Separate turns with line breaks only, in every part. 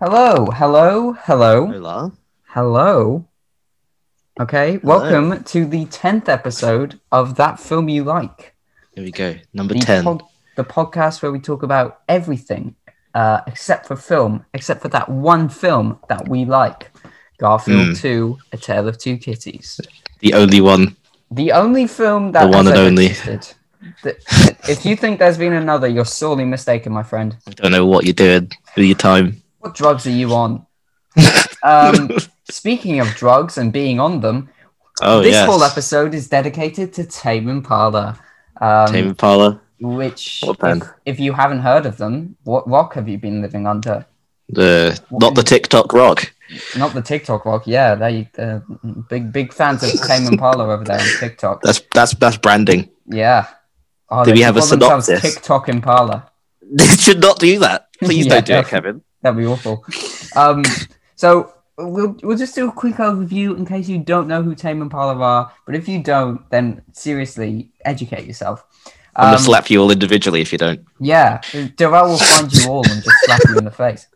Hello, hello, hello,
Hello.
hello. Okay, welcome to the 10th episode of That Film You Like.
Here we go. Number
The,
10.
pod- the podcast where we talk about everything uh, except for film, except for that one film that we like Garfield
Hmm.
2, A Tale of Two Kitties.
the only one.
The only film that
The one
has
and
ever
only.
existed. Th- if you think there's been another, you're sorely mistaken, my friend.
I don't know what you're doing with your time.
What drugs are you on? um, speaking of drugs and being on them,
Oh,
this
yes.
whole episode is dedicated to Tame Impala, um,
Tame Impala.
which,
What
if,
band?
if you haven't heard of them, what rock have you been living under?
The, not the TikTok rock.
Not the TikTok rock, yeah. They uh, big big fans of Tame Impala over there on TikTok.
That's that's that's branding.
Yeah. Oh,
Do
they
we
should
have a
call themselves
synopsis?
TikTok Impala.
They should not do that. Please
Yeah.
don't do it, Kevin.
That'd be awful. Um, so we'll we'll just do a quick overview in case you don't know who Tame Impala are. But if you don't, then seriously educate yourself.
I'm
Um,
gonna slap you all individually if you don't.
yeah, Darrell will find you all and just slap you in the face.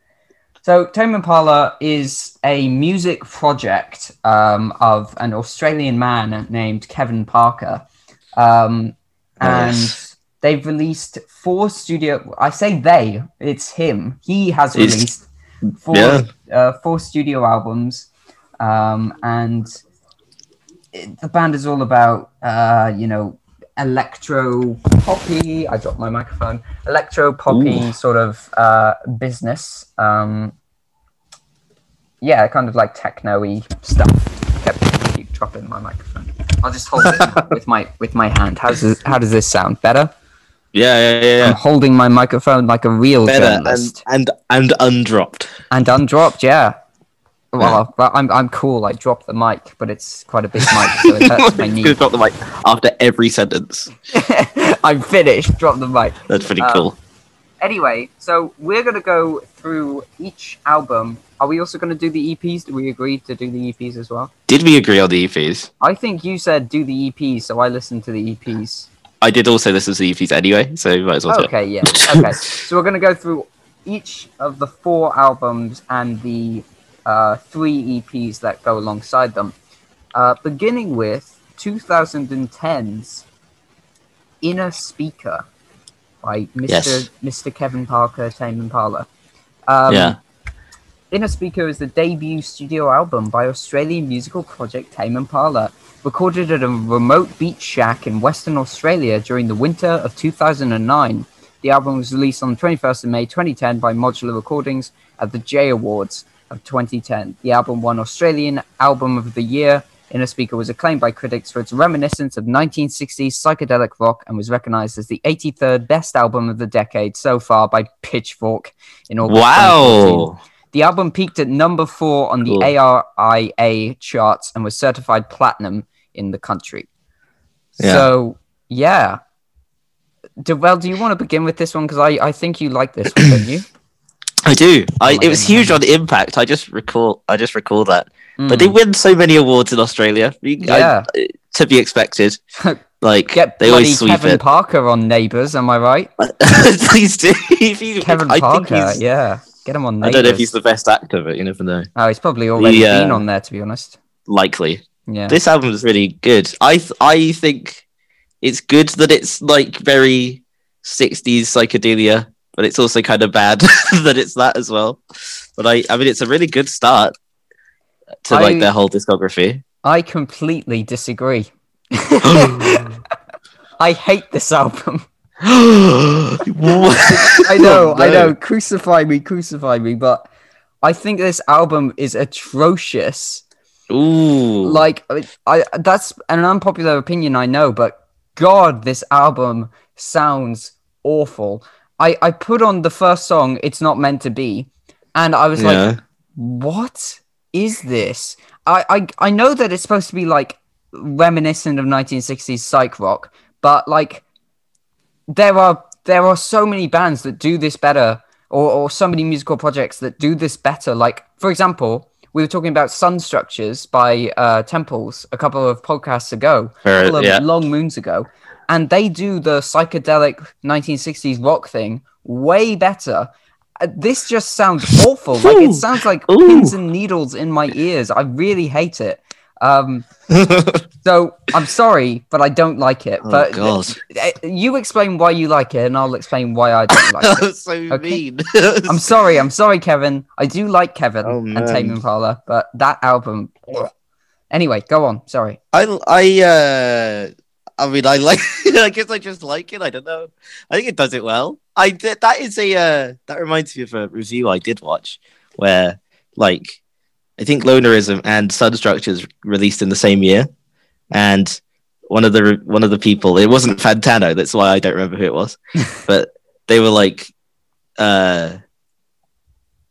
So Tame Impala is a music project um, of an Australian man named Kevin Parker, um, and
Nice.
they've released four studio. I say they, it's him. He has
It's-
released four
Yeah.
uh, four studio albums, um, and it, the band is all about uh, you know electro poppy. I dropped my microphone. Electro poppy
Ooh.
sort of uh, business. Um, yeah, kind of like techno-y stuff. Kept keep dropping my microphone. I'll just hold it with my with my hand. How does this, how does this sound? Better?
Yeah, yeah, yeah.
I'm
yeah.
holding my microphone like a real
Better
journalist.
and and and undropped.
And undropped, yeah. Well, but I'm I'm cool. I dropped the mic, but it's quite a big mic, so it hurts my
It's gonna
knee.
drop the mic after every sentence.
I'm finished. Drop the mic.
That's pretty
Um,
cool.
Anyway, so we're gonna go through each album. Are we also gonna do the EPs? Do we agree to do the EPs as well?
Did we agree on the E EPs?
I think you said do the EPs, so I listened to the E EPs.
I did also listen to the EPs anyway, so we might as well. do it.
Okay, yeah. Okay. So we're going to go through each of the four albums and the uh, three EPs that go alongside them, uh, beginning with 2010's Inner Speaker by Mr.
Yes.
Mr. Kevin Parker, Tame Impala. Um,
yeah.
Inner Speaker is the debut studio album by Australian musical project Tame Impala, recorded at a remote beach shack in Western Australia during the winter of 2009. The album was released on the 21st of May 2010 by Modular Recordings at the J Awards of 2010. The album won Australian Album of the Year. Inner Speaker was acclaimed by critics for its reminiscence of 1960s psychedelic rock and was recognized as the 83rd best album of the decade so far by Pitchfork in August 2014.
Wow.
The album peaked at number four on the
Cool.
ARIA charts and was certified platinum in the country.
Yeah.
So, yeah. Well, do you want to begin with this one? Because I, I think you like this one, don't you?
I do. I,
Oh my
it
goodness.
was huge on Impact. I just recall. I just recall that. But they
Mm.
win so many awards in Australia. We- I-
Yeah.
to be expected. Like
Get
they
bloody
always sweep
Kevin Parker on Neighbours, am I right?
it. Please do. If he-
Kevin
I think
Parker,
he's-
yeah. Get him on
I
Neighbours.
don't know if he's the best actor, but you never know.
Oh, he's probably already
uh,
been on there, to be honest.
Likely.
Yeah.
This album is really good. I th- I think it's good that it's like very sixties psychedelia, but it's also kind of bad that it's that as well. But I I mean it's a really good start to
I-
like their whole discography.
I completely disagree. I hate this album. I
I
know, I know. Crucify me, crucify me. But I think this album is atrocious.
Ooh,
Like, I, I that's an unpopular opinion, I know, but God, this album sounds awful. I, I put on the first song, It's Not Meant to Be, and I was like,
yeah.
what is this? I, I I know that it's supposed to be like reminiscent of 1960s psych rock, but like there are there are so many bands that do this better or, or so many musical projects that do this better. Like, for example, we were talking about Sun Structures by uh, Temples a couple of podcasts ago, a
Fair-
couple of
yeah.
long moons ago, and they do the psychedelic 1960s rock thing way better. Uh, This just sounds awful. like it sounds like
Ooh.
pins and needles in my ears. I really hate it. Um, so I'm sorry, but I don't like it.
Oh,
but
God.
uh, you explain why you like it, and I'll explain why I don't like it.
That's so
Okay.
mean.
I'm sorry. I'm sorry, Kevin. I do like Kevin
Oh,
and
man.
Tame Impala, but that album. Anyway, go on. Sorry.
I I uh I mean I like I guess I just like it. I don't know. I think it does it well. I did, that is a uh, that reminds me of a review I did watch where like I think Lonerism and Sun Structures released in the same year, and one of the re- one of the people it wasn't Fantano. That's why I don't remember who it was, but they were like uh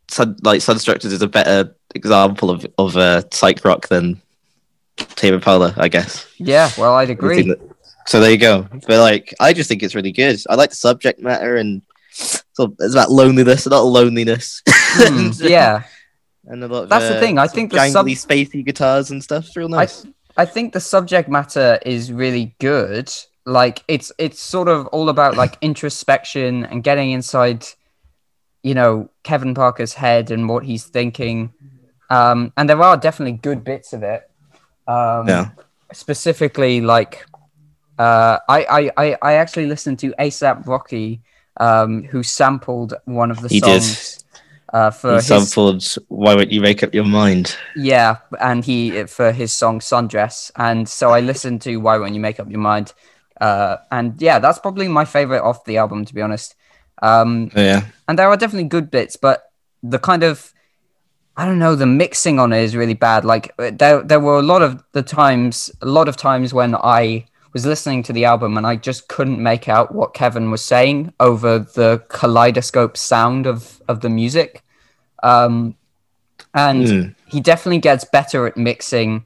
Sun like Sun Structures is a better example of of uh, psych rock than Tame Impala, I guess.
Yeah. Well, I'd
I think
agree.
that- so there you go. But like, I just think it's really good. I like the subject matter and so it's about loneliness, a lot of loneliness,
Hmm, yeah.
and a lot. Of,
That's the
uh,
thing, I
sort
think
of
the sub-
jangly, spacey guitars and stuff. It's real nice.
I think the subject matter is really good. Like it's it's sort of all about like introspection and getting inside, you know, Kevin Parker's head and what he's thinking. Um, and there are definitely good bits of it. Um,
yeah,
Specifically, like uh, I, I I I actually listened to ASAP Rocky, um, who sampled one of the
he did.
songs uh, for
He
his
sampled "Why Won't You Make Up Your Mind."
yeah, and he for his song Sundress. And so I listened to Why Won't You Make Up Your Mind. Uh, and yeah, that's probably my favorite off the album, to be honest. Um,
Oh, Yeah,
and there are definitely good bits, but the kind of I don't know, the mixing on it is really bad. Like uh, there, there were a lot of the times, a lot of times when I was listening to the album and I just couldn't make out what Kevin was saying over the kaleidoscope sound of of the music. Um, and
Mm.
he definitely gets better at mixing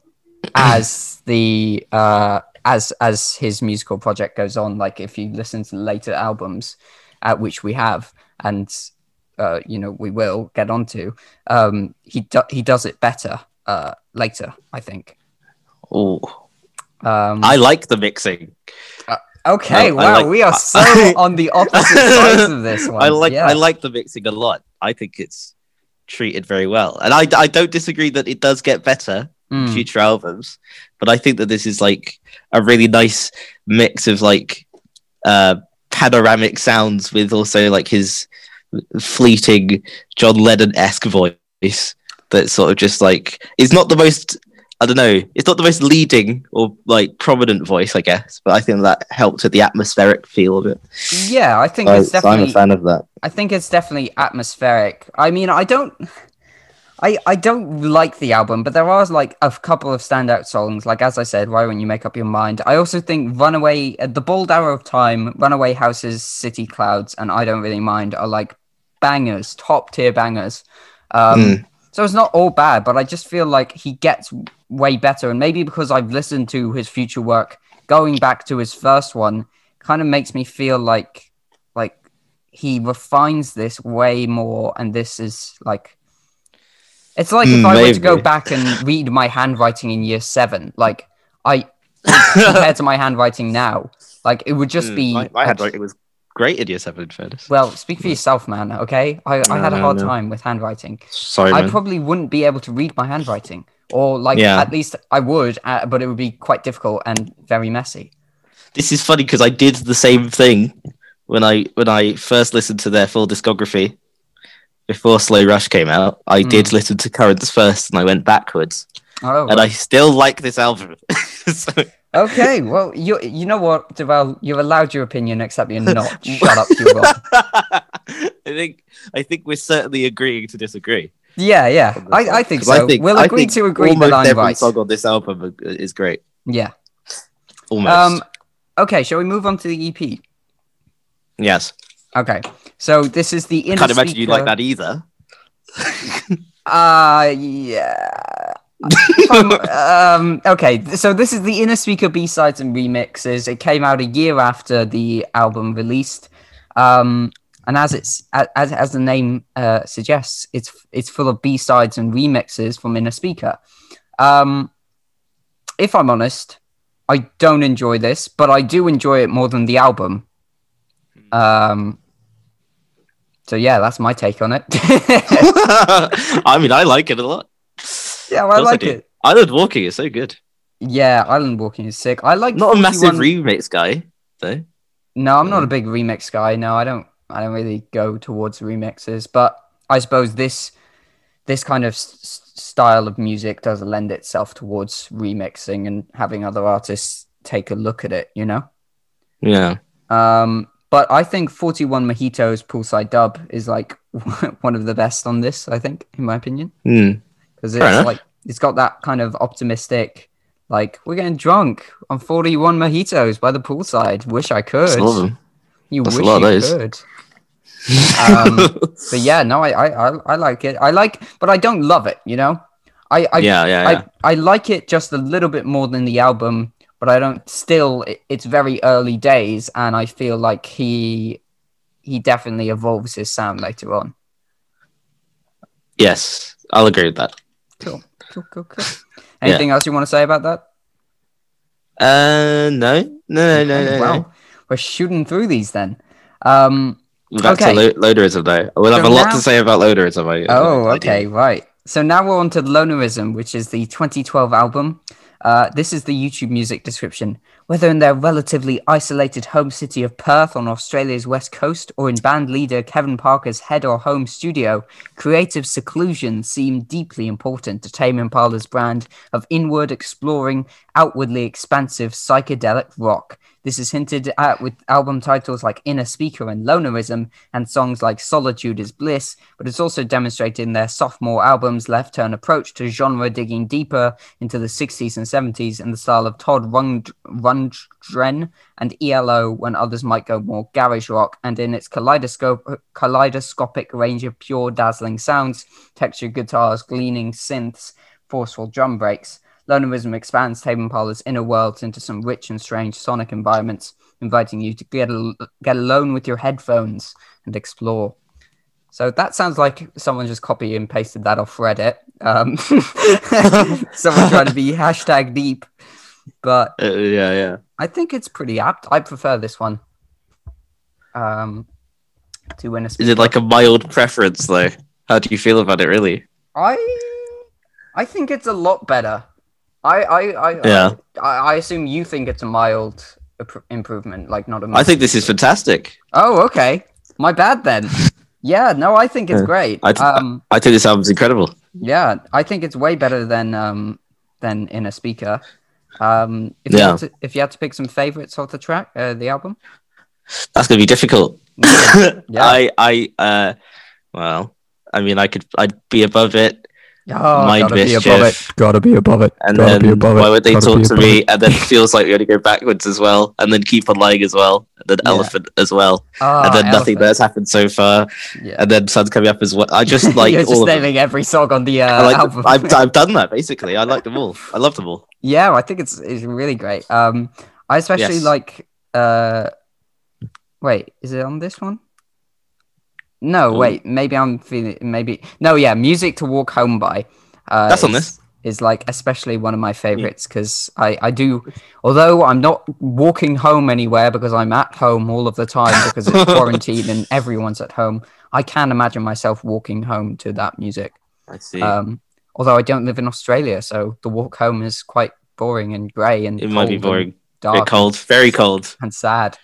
as the uh, as as his musical project goes on. Like if you listen to later albums, at which we have, and uh, you know we will get onto, um, he do- he does it better uh, later. I think.
Oh,
Um,
I like the mixing.
okay,
I- I
wow,
like-
we are so
I-
on the opposite sides of this one.
I like
yeah.
I like the mixing a lot. I think it's treated very well, and I I don't disagree that it does get better.
Mm.
future albums. But I think that this is like a really nice mix of like uh panoramic sounds with also like his fleeting John Lennon esque voice that sort of just like it's not the most I don't know, it's not the most leading or like prominent voice, I guess, but I think that helped with the atmospheric feel of it.
yeah, I think it's
I, am
definitely
a fan of that.
I think it's definitely atmospheric. I mean, I don't, I I don't like the album, but there are like a couple of standout songs. Like as I said, why won't you make up your mind? I also think Runaway, uh, The Bald Arrow of Time, Runaway Houses, City Clouds, and I don't really mind are like bangers, top tier bangers. Um,
Mm.
So it's not all bad, but I just feel like he gets way better, and maybe because I've listened to his future work, going back to his first one kind of makes me feel like like he refines this way more and this is like it's like if
Hmm,
i were to go
maybe.
back and read my handwriting in year seven like i compared to my handwriting now like it would just
Mm,
be
my, my handwriting was great in year seven in fairness.
well speak for yourself man okay i, I
No,
had a
no,
hard
no.
time with handwriting
Sorry,
i
man.
probably wouldn't be able to read my handwriting or like
Yeah.
at least i would uh, but it would be quite difficult and very messy
this is funny because I did the same thing when I when I first listened to their full discography before Slow Rush came out. I
Hmm.
did listen to Currents first, and I went backwards,
oh
and I still like this album. so,
Okay, well, you you know what, Deval, you're allowed your opinion, except you're not. Shut up, you're wrong.
I think I think we're certainly agreeing to disagree.
Yeah, yeah, I, I think
'Cause
so. we'll
I
agree
think
to agree
Almost
that I'm
every
right.
song on this album is great.
Yeah.
Almost.
Um. Okay, shall we move on to the EP?
yes.
Okay, so this is the
I
inner
can't imagine you like
Speaker-
that either.
Uh, yeah. um, okay, th- so this is the Inner Speaker B sides and remixes. It came out a year after the album released, um, and as it's a- as as the name uh, suggests, it's it's full of B sides and remixes from Inner Speaker. Um, if I'm honest, I don't enjoy this, but I do enjoy it more than the album. Um, So yeah, that's my take on it.
I mean, I like it a lot.
yeah,
Of
I
course
like
do.
it.
Island Walking is so good.
Yeah, Island Walking is sick. I like
Not a massive
41
remix guy, though.
No, I'm not
Yeah.
a big remix guy. No, I don't. I don't really go towards remixes, but I suppose this this kind of s- s- style of music does lend itself towards remixing and having other artists take a look at it. You know.
Yeah.
Um, but I think 41 Mojitos Poolside Dub is like one of the best on this. I think, in my opinion,
Hmm.
because it's
Fair enough.
like it's got that kind of optimistic. Like we're getting drunk on 41 mojitos by the poolside. Wish I could.
Just love 'em.
You
That's a
wish
lot of
you
those.
could. Um, But yeah, no, I, I, I, I like it. I like, but I don't love it. You know, I, I,
yeah, yeah, yeah.
I, I like it just a little bit more than the album, but I don't. Still, it, it's very early days, and I feel like he, he definitely evolves his sound later on.
Yes, I'll agree with that.
Cool, cool, cool. Anything else you want to say about that?
Uh, no, no, no, no,
Okay,
no.
Wow,
no.
we're shooting through these then. Um,
We're Back
Okay.
to lo- loaderism though. We'll have
So
a lot
now-
to say about loaderism. I,
Oh,
I- I do.
okay, right. So now we're on to Lonerism, which is the 2012 album. Uh, this is the YouTube music description. Whether in their relatively isolated home city of Perth on Australia's west coast or in band leader Kevin Parker's head or home studio, creative seclusion seemed deeply important to Tame Impala's brand of inward exploring, outwardly expansive psychedelic rock. This is hinted at with album titles like Inner Speaker and Lonerism and songs like Solitude is Bliss, but it's also demonstrated in their sophomore album's left turn approach to genre digging deeper into the 60s and 70s in the style of Todd Rund- Rundgren and ELO when others might go more garage rock, and in its kaleidoscope- kaleidoscopic range of pure dazzling sounds, textured guitars, gleaning synths, forceful drum breaks. Lonerism expands Tame Impala's inner worlds into some rich and strange sonic environments, inviting you to get, al- get alone with your headphones and explore. So that sounds like someone just copy and pasted that off Reddit. Um, someone trying to be hashtag deep, but
Uh, yeah, yeah.
I think it's pretty apt. I prefer this one. Um, to win a
Is it like a mild preference though? How do you feel about it, really?
I I think it's a lot better. I I I
Yeah.
I, I assume you think it's a mild appro- improvement, like not a.
I think this is fantastic.
Oh, okay. My bad then. yeah, no, I think it's
Yeah.
great.
I d-
um,
I think this album's incredible.
yeah, I think it's way better than um than in a speaker. Um, if you
Yeah.
had to, if you had to pick some favorites of the track, uh, the album.
That's gonna be difficult.
Yeah.
I, I, uh, well, I mean, I could, I'd be above it,
Oh,
Mind
gotta be above it.
Mischief.
Gotta be above it.
and
gotta be
then
above it.
why would they
gotta
talk
be
to
above
me?
it.
And then it feels like we only go backwards as well, and then keep on lying as well, and then
Yeah.
elephant as well,
Ah,
and then nothing
Elephant.
that's happened so far,
Yeah.
and then sun's coming up as well. I just like
You're just
all of them.
naming every song on the uh,
I like.
album.
them. I've, I've done that basically. I like them all. I love them all.
Yeah, I think it's it's really great. Um, I especially
Yes.
like. Uh, wait, is it on this one? No,
Ooh.
wait. Maybe I'm feeling. Maybe no. Yeah, music to walk home by. Uh,
That's on
is-
this.
Is like especially one of my favorites because I I do. Although I'm not walking home anywhere because I'm at home all of the time because it's quarantine and everyone's at home. I can imagine myself walking home to that music.
I see.
Um, although I don't live in Australia, so the walk home is quite boring and grey and
it might be
cold and
boring. Very
dark,
cold. Very cold.
and sad.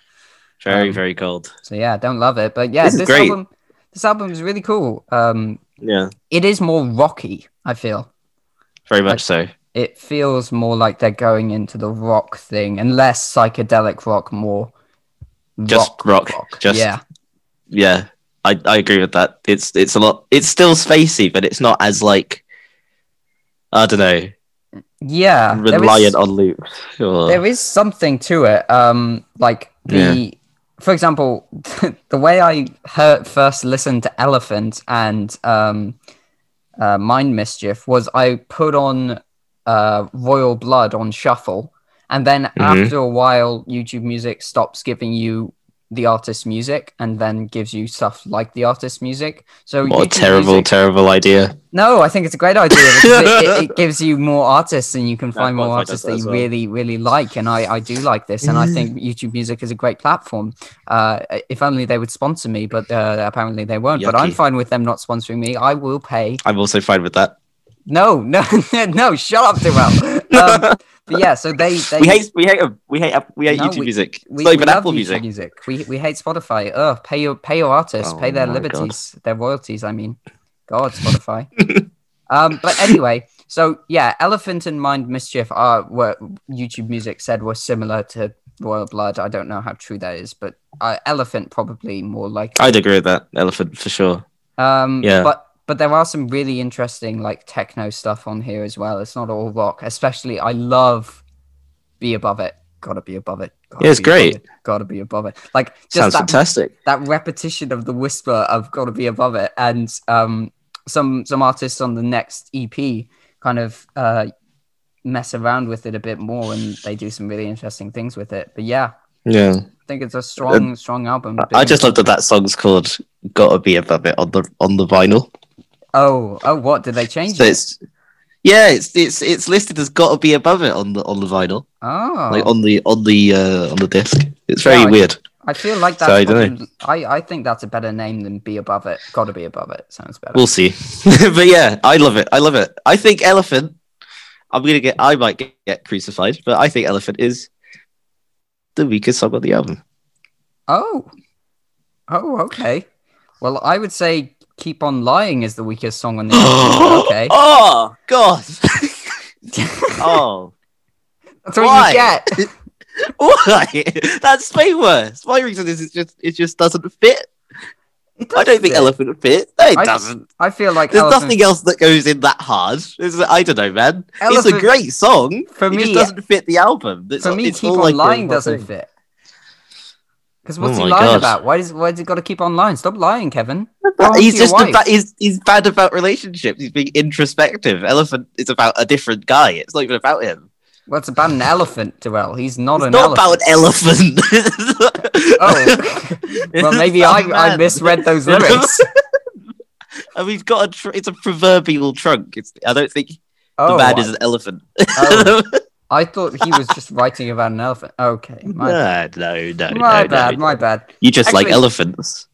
Very
Um,
very cold.
So yeah, I don't love it. But yeah,
This
this,
is great.
album, this album is really cool. Um,
Yeah.
it is more rocky. I feel
Very much so.
it feels more like they're going into the rock thing and less psychedelic rock, more
Just rock. Just yeah.
yeah,
I, I agree with that. It's it's a lot. It's still spacey, but it's not as like I don't know
yeah. there is-
reliant on Oh, loops. Or-
there is something to it um like the for example the way i heard, first listened to elephant and um uh, mind mischief was i put on uh royal blood on shuffle and then
Mhm.
after a while youtube music stops giving you the artist's music and then gives you stuff like the artist's music so
What a
YouTube
terrible
Music-
terrible idea.
No, I think it's a great idea because it, it, it gives you more artists and you can
Yeah,
find more
Spotify does
artists
that
that
as
you
well.
really, really like. And I, I do like this.
Mm.
And I think YouTube Music is a great platform. Uh, if only they would sponsor me, but uh, apparently they won't. But I'm
Yucky.
fine with them not sponsoring me. I will pay.
I'm also fine with that.
No, no, no, shut up, Darrell. Um, but yeah, so they. they
we hate we hate we hate App- we hate
No,
YouTube
we-
music.
we,
it's not
we
even
love
Apple
YouTube
music.
We, we hate Spotify. Ugh, pay your pay your artists,
Oh
pay their
my God.
liberties, their royalties. I mean, God, Spotify. um, but anyway, so yeah, Elephant and Mind Mischief are what YouTube Music said were similar to Royal Blood. I don't know how true that is, but uh, Elephant probably more like.
I'd agree with that. Elephant for sure.
Um,
Yeah.
But but there are some really interesting like techno stuff on here as well. It's not all rock, especially I love Be Above It. Gotta be above it. Gotta
Yeah, it's
be above
great.
it, Gotta be above it. Like just
Sounds
that,
fantastic.
that repetition of the whisper of gotta be above it. And um, some some artists on the next EP kind of uh, mess around with it a bit more and they do some really interesting things with it. But yeah,
Yeah.
I think it's a strong, strong album.
Uh, I just love that that song's called "Gotta Be Above It" on the on the vinyl.
Oh, oh what? Did they change
So
it?
it's yeah, it's it's it's listed as "Gotta Be Above It" on the on the vinyl,
Oh
like on the on the uh, on the disc. It's very
Right.
weird.
I feel like that's.
So I dunno.
probably- I, I think that's a better name than be above it. Got to be above it. Sounds better.
We'll see. but yeah, I love it. I love it. I think Elephant. I'm gonna get. I might get, get crucified, but I think Elephant is the weakest song on the album.
oh, oh, okay. Well, I would say "Keep on Lying" is the weakest song on the album. Okay,
Oh God. oh.
that's what
why?
you get.
Why? That's way worse. My reason is it just it just doesn't fit.
It
I don't
doesn't
think
fit.
elephant fit. No, it
I-
doesn't.
I feel like
There's
elephant,
nothing else that goes in that hard. It's- I don't know, man. It's
Elephant-
a great song.
for
it
me.
just doesn't fit the album. It's,
For me,
it's
"Keep
all
on
like a-
Lying" doesn't fit. Because
Oh
what's
my
he lying
God.
about? Why does why does he got to keep on lying? Stop lying, Kevin. Go on
He's
to your
just
wife.
about, he's, he's bad about relationships. He's being introspective. Elephant is about a different guy. It's not even about him.
Well, it's about an elephant, Darrell. He's not
It's
an
not
elephant.
about elephant. oh,
well, maybe I, I misread those lyrics.
And we've got a tr- it's a proverbial trunk. It's I don't think the
Oh,
man
I-
is an elephant.
Oh. I thought he was just writing about an elephant. Okay, my,
Ah, no, no,
my
no,
bad,
no.
my bad.
You just like
Actually-
elephants.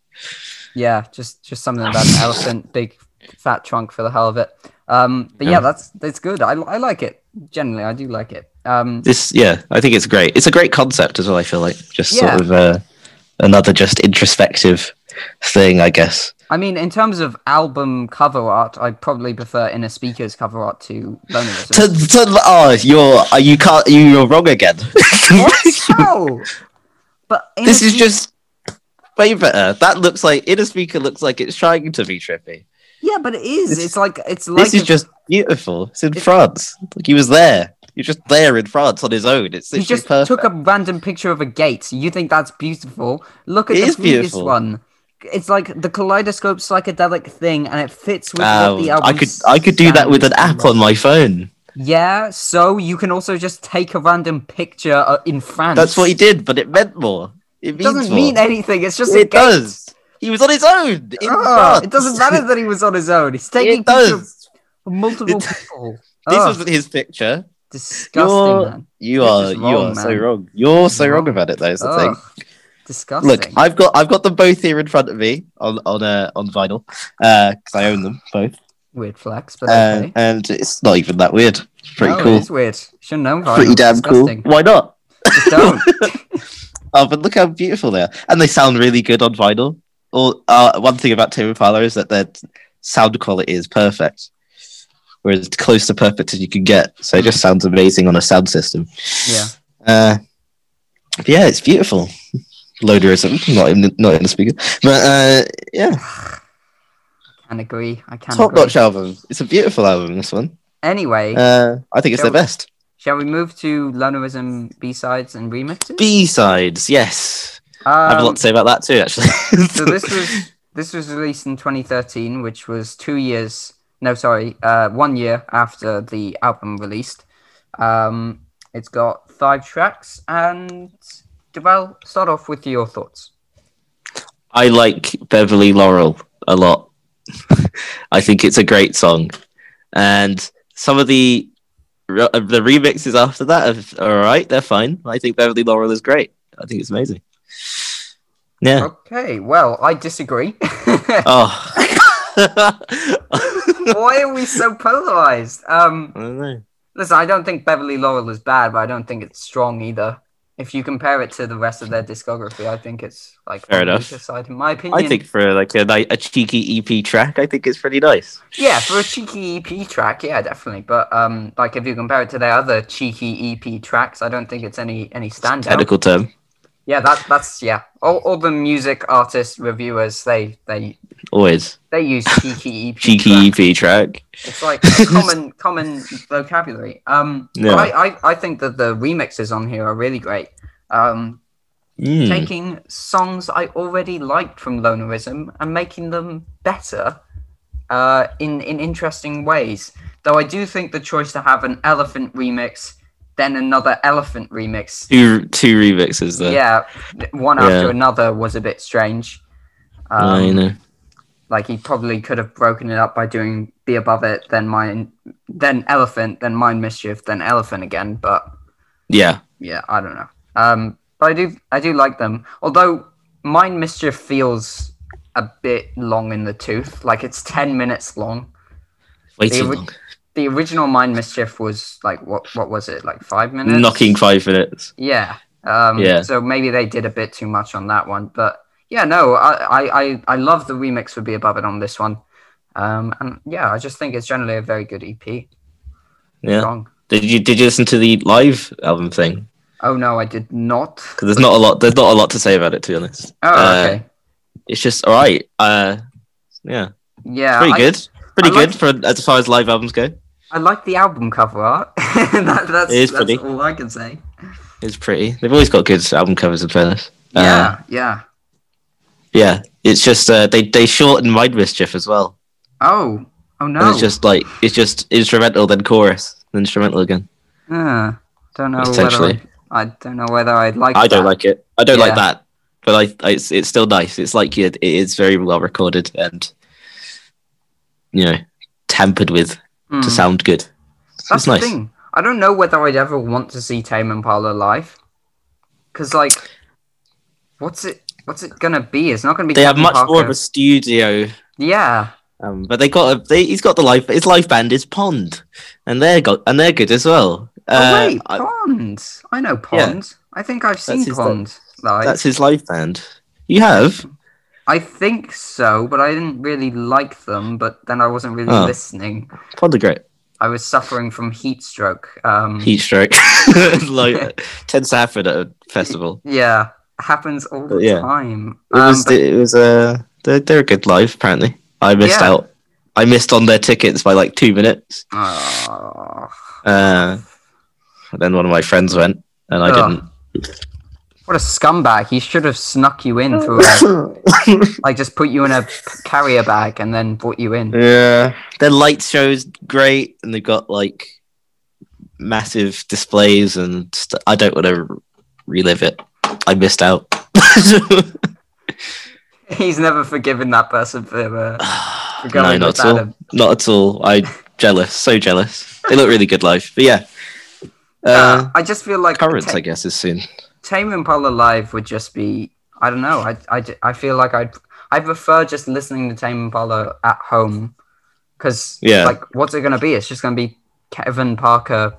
Yeah, just just something about an elephant, big fat trunk for the hell of it. Um, but yeah,
Yeah.
that's that's good. I, I like it generally. I do like it. Um,
This, yeah, I think it's great. It's a great concept as well. I feel like just
Yeah.
sort of uh, another just introspective thing, I guess.
I mean, in terms of album cover art, I probably prefer Inner Speaker's cover art to
To,
Loneliness.
to, oh, you're uh, you can't you, you're wrong again.
What? How? But Inner
this is
Spe-
just way better. That looks like inner speaker looks like it's trying to be trippy.
yeah, but it is.
this-
it's like it's like
this is
if-
just beautiful. It's in France. Like he was there. He was just there in France on his own. It's
You
literally
just
perfect.
took a random picture of a gate. You think that's beautiful? Look at
It
the
is
previous
beautiful.
one. It's like the kaleidoscope psychedelic thing, and it fits with
Uh,
what the album.
I could I could do that with an app on my phone.
Yeah, so you can also just take a random picture uh, in France.
That's what he did, but it meant more. It
It
means
doesn't
more.
mean anything. It's just a
it
gate.
does. He was on his own. in
Ugh, Ah, it
France.
doesn't matter that he was on his own. He's taking
it
pictures Ah. of
does.
multiple
It-
people.
This
Ugh,
wasn't his picture.
disgusting,
You're-
man.
You
You're
are
just
you
wrong,
are so
man.
wrong. You're so
You're
wrong
wrong.
about it. Though is the thing.
Ugh, disgusting.
Look, I've got I've got them both here in front of me on on uh, on vinyl because I own them both,
Weird flex, but
Uh,
okay.
and it's not even that weird. It's pretty
No, Oh, It
cool.
is weird. Shouldn't know. why.
Pretty damn
disgusting.
cool. Why not?
Just don't.
Oh, but look how beautiful they are, and they sound really good on vinyl. Or uh, one thing about Tame Impala is that their sound quality is perfect, whereas it's close to perfect as you can get. So it just sounds amazing on a sound system.
Yeah.
Uh, but yeah, it's beautiful. Loaderism, not in not in the speaker, but uh, yeah,
Can agree. I can
top
agree.
notch album. It's a beautiful album. This one.
Anyway,
Uh, I think it's their best.
shall we move to Lonerism B sides and remixes?
B sides, yes. I have a
um,
lot to say about that too, actually.
so this was this was released in 2013, which was two years. No, sorry, uh, one year after the album released. Um, it's got five tracks, and Devel, start off with your thoughts.
I like Beverly Laurel a lot. I think it's a great song, and some of the re- uh, the remixes after that are all right. They're fine. I think Beverly Laurel is great. I think it's amazing. Yeah.
Okay, well, I disagree.
Oh. I
Why are we so polarized? Um,
don't know.
listen, I don't think Beverly Laurel is bad, but I don't think it's strong either. If you compare it to the rest of their discography, I think it's like
Fair
on the
enough.
weaker side, in my opinion.
I think for like a, ni- a cheeky EP track, I think it's pretty nice.
yeah, for a cheeky EP track, yeah, definitely. But um, like if you compare it to their other cheeky EP tracks, I don't think it's any any standout.
Technical term.
Yeah, that that's yeah. All, all the music artists reviewers they they
Always
they use cheeky EP.
cheeky
tracks.
E EP track.
It's like a common common vocabulary. Um, but
Yeah.
I, I I think that the remixes on here are really great. Um,
Mm.
taking songs I already liked from Lonerism and making them better uh, in in interesting ways. Though I do think the choice to have an elephant remix, then another elephant remix,
two two remixes there.
yeah, one
Yeah.
after another was a bit strange. Um,
I know.
Like he probably could have broken it up by doing "Be Above It," then mine, then elephant, then mind mischief, then elephant again. But
Yeah.
yeah, I don't know. Um, but I do, I do like them. Although Mind Mischief feels a bit long in the tooth. Like it's ten minutes long.
Way
They
too
would-
long.
The original Mind Mischief was like what? What was it? Like five minutes.
Knocking five minutes.
Yeah. Um,
Yeah.
So maybe they did a bit too much on that one, but yeah, no, I I I, I love the remix for Be Above It on this one. Um, and yeah, I just think it's generally a very good E EP.
Yeah.
Strong.
Did you did you listen to the live album thing?
Oh no, I did not.
Because there's not a lot there's not a lot to say about it to be honest.
Oh,
Uh,
okay.
It's just all right. Uh, yeah,
Yeah,
pretty
I,
good. Pretty
I
good for as far as live albums go.
I like the album cover art. that, that's
It is
that's
pretty.
all I can say.
It's pretty. They've always got good album covers in fairness. Uh,
Yeah, yeah.
yeah. It's just uh, they they shortened Mind Mischief as well,
Oh, oh
and
no.
it's just like it's just instrumental then chorus then instrumental again.
Uh, don't know whether
Essentially.
I, I don't know whether I'd like.
I don't
that.
like it. I don't
Yeah.
like that. But I, I it's it's still nice. It's like it, it is very well recorded and you know tampered with
Mm.
to sound good.
That's
It's
the
nice.
thing. I don't know whether I'd ever want to see Tame Impala live, because like, what's it? What's it gonna be? It's not gonna be.
They have
Captain
much more of
Parker.
a studio,
Yeah,
um, but they got a, they, he's got the live his live band is Pond, and they're got and they're good as well.
oh
Uh,
wait,
I-
Pond. I know
Yeah.
Pond. I think I've seen
his-
Pond live.
that's his live band. You have
I think so, but I didn't really like them. But then I wasn't really
Oh.
listening.
Pond are great.
I was suffering from heat stroke. Um,
Heat stroke like tends to happen at a festival.
Yeah, happens all the
But yeah.
time.
It
Um,
was
but
it was uh they're, they're a good live apparently. I missed
Yeah.
out. I missed on their tickets by like two minutes.
Oh,
Uh, then one of my friends went and I
Ugh. what a scumbag! He should have snuck you in through, a,
didn't.
like, just put you in a carrier bag and then brought you in.
yeah, their light shows great, and they've got like massive displays and st- I don't want to relive it. I missed out.
He's never forgiven that person for, uh, for going
no,
with
not at
that.
all. Not at all. I jealous, so jealous. They look really good live, but yeah. Uh,
Uh, I just feel like
currents,
Ta-
I guess, is soon.
Tame Impala live would just be. I don't know. I, I, ju- I feel like I'd I prefer just listening to Tame Impala at home because
Yeah.
like what's it gonna be? It's just gonna be Kevin Parker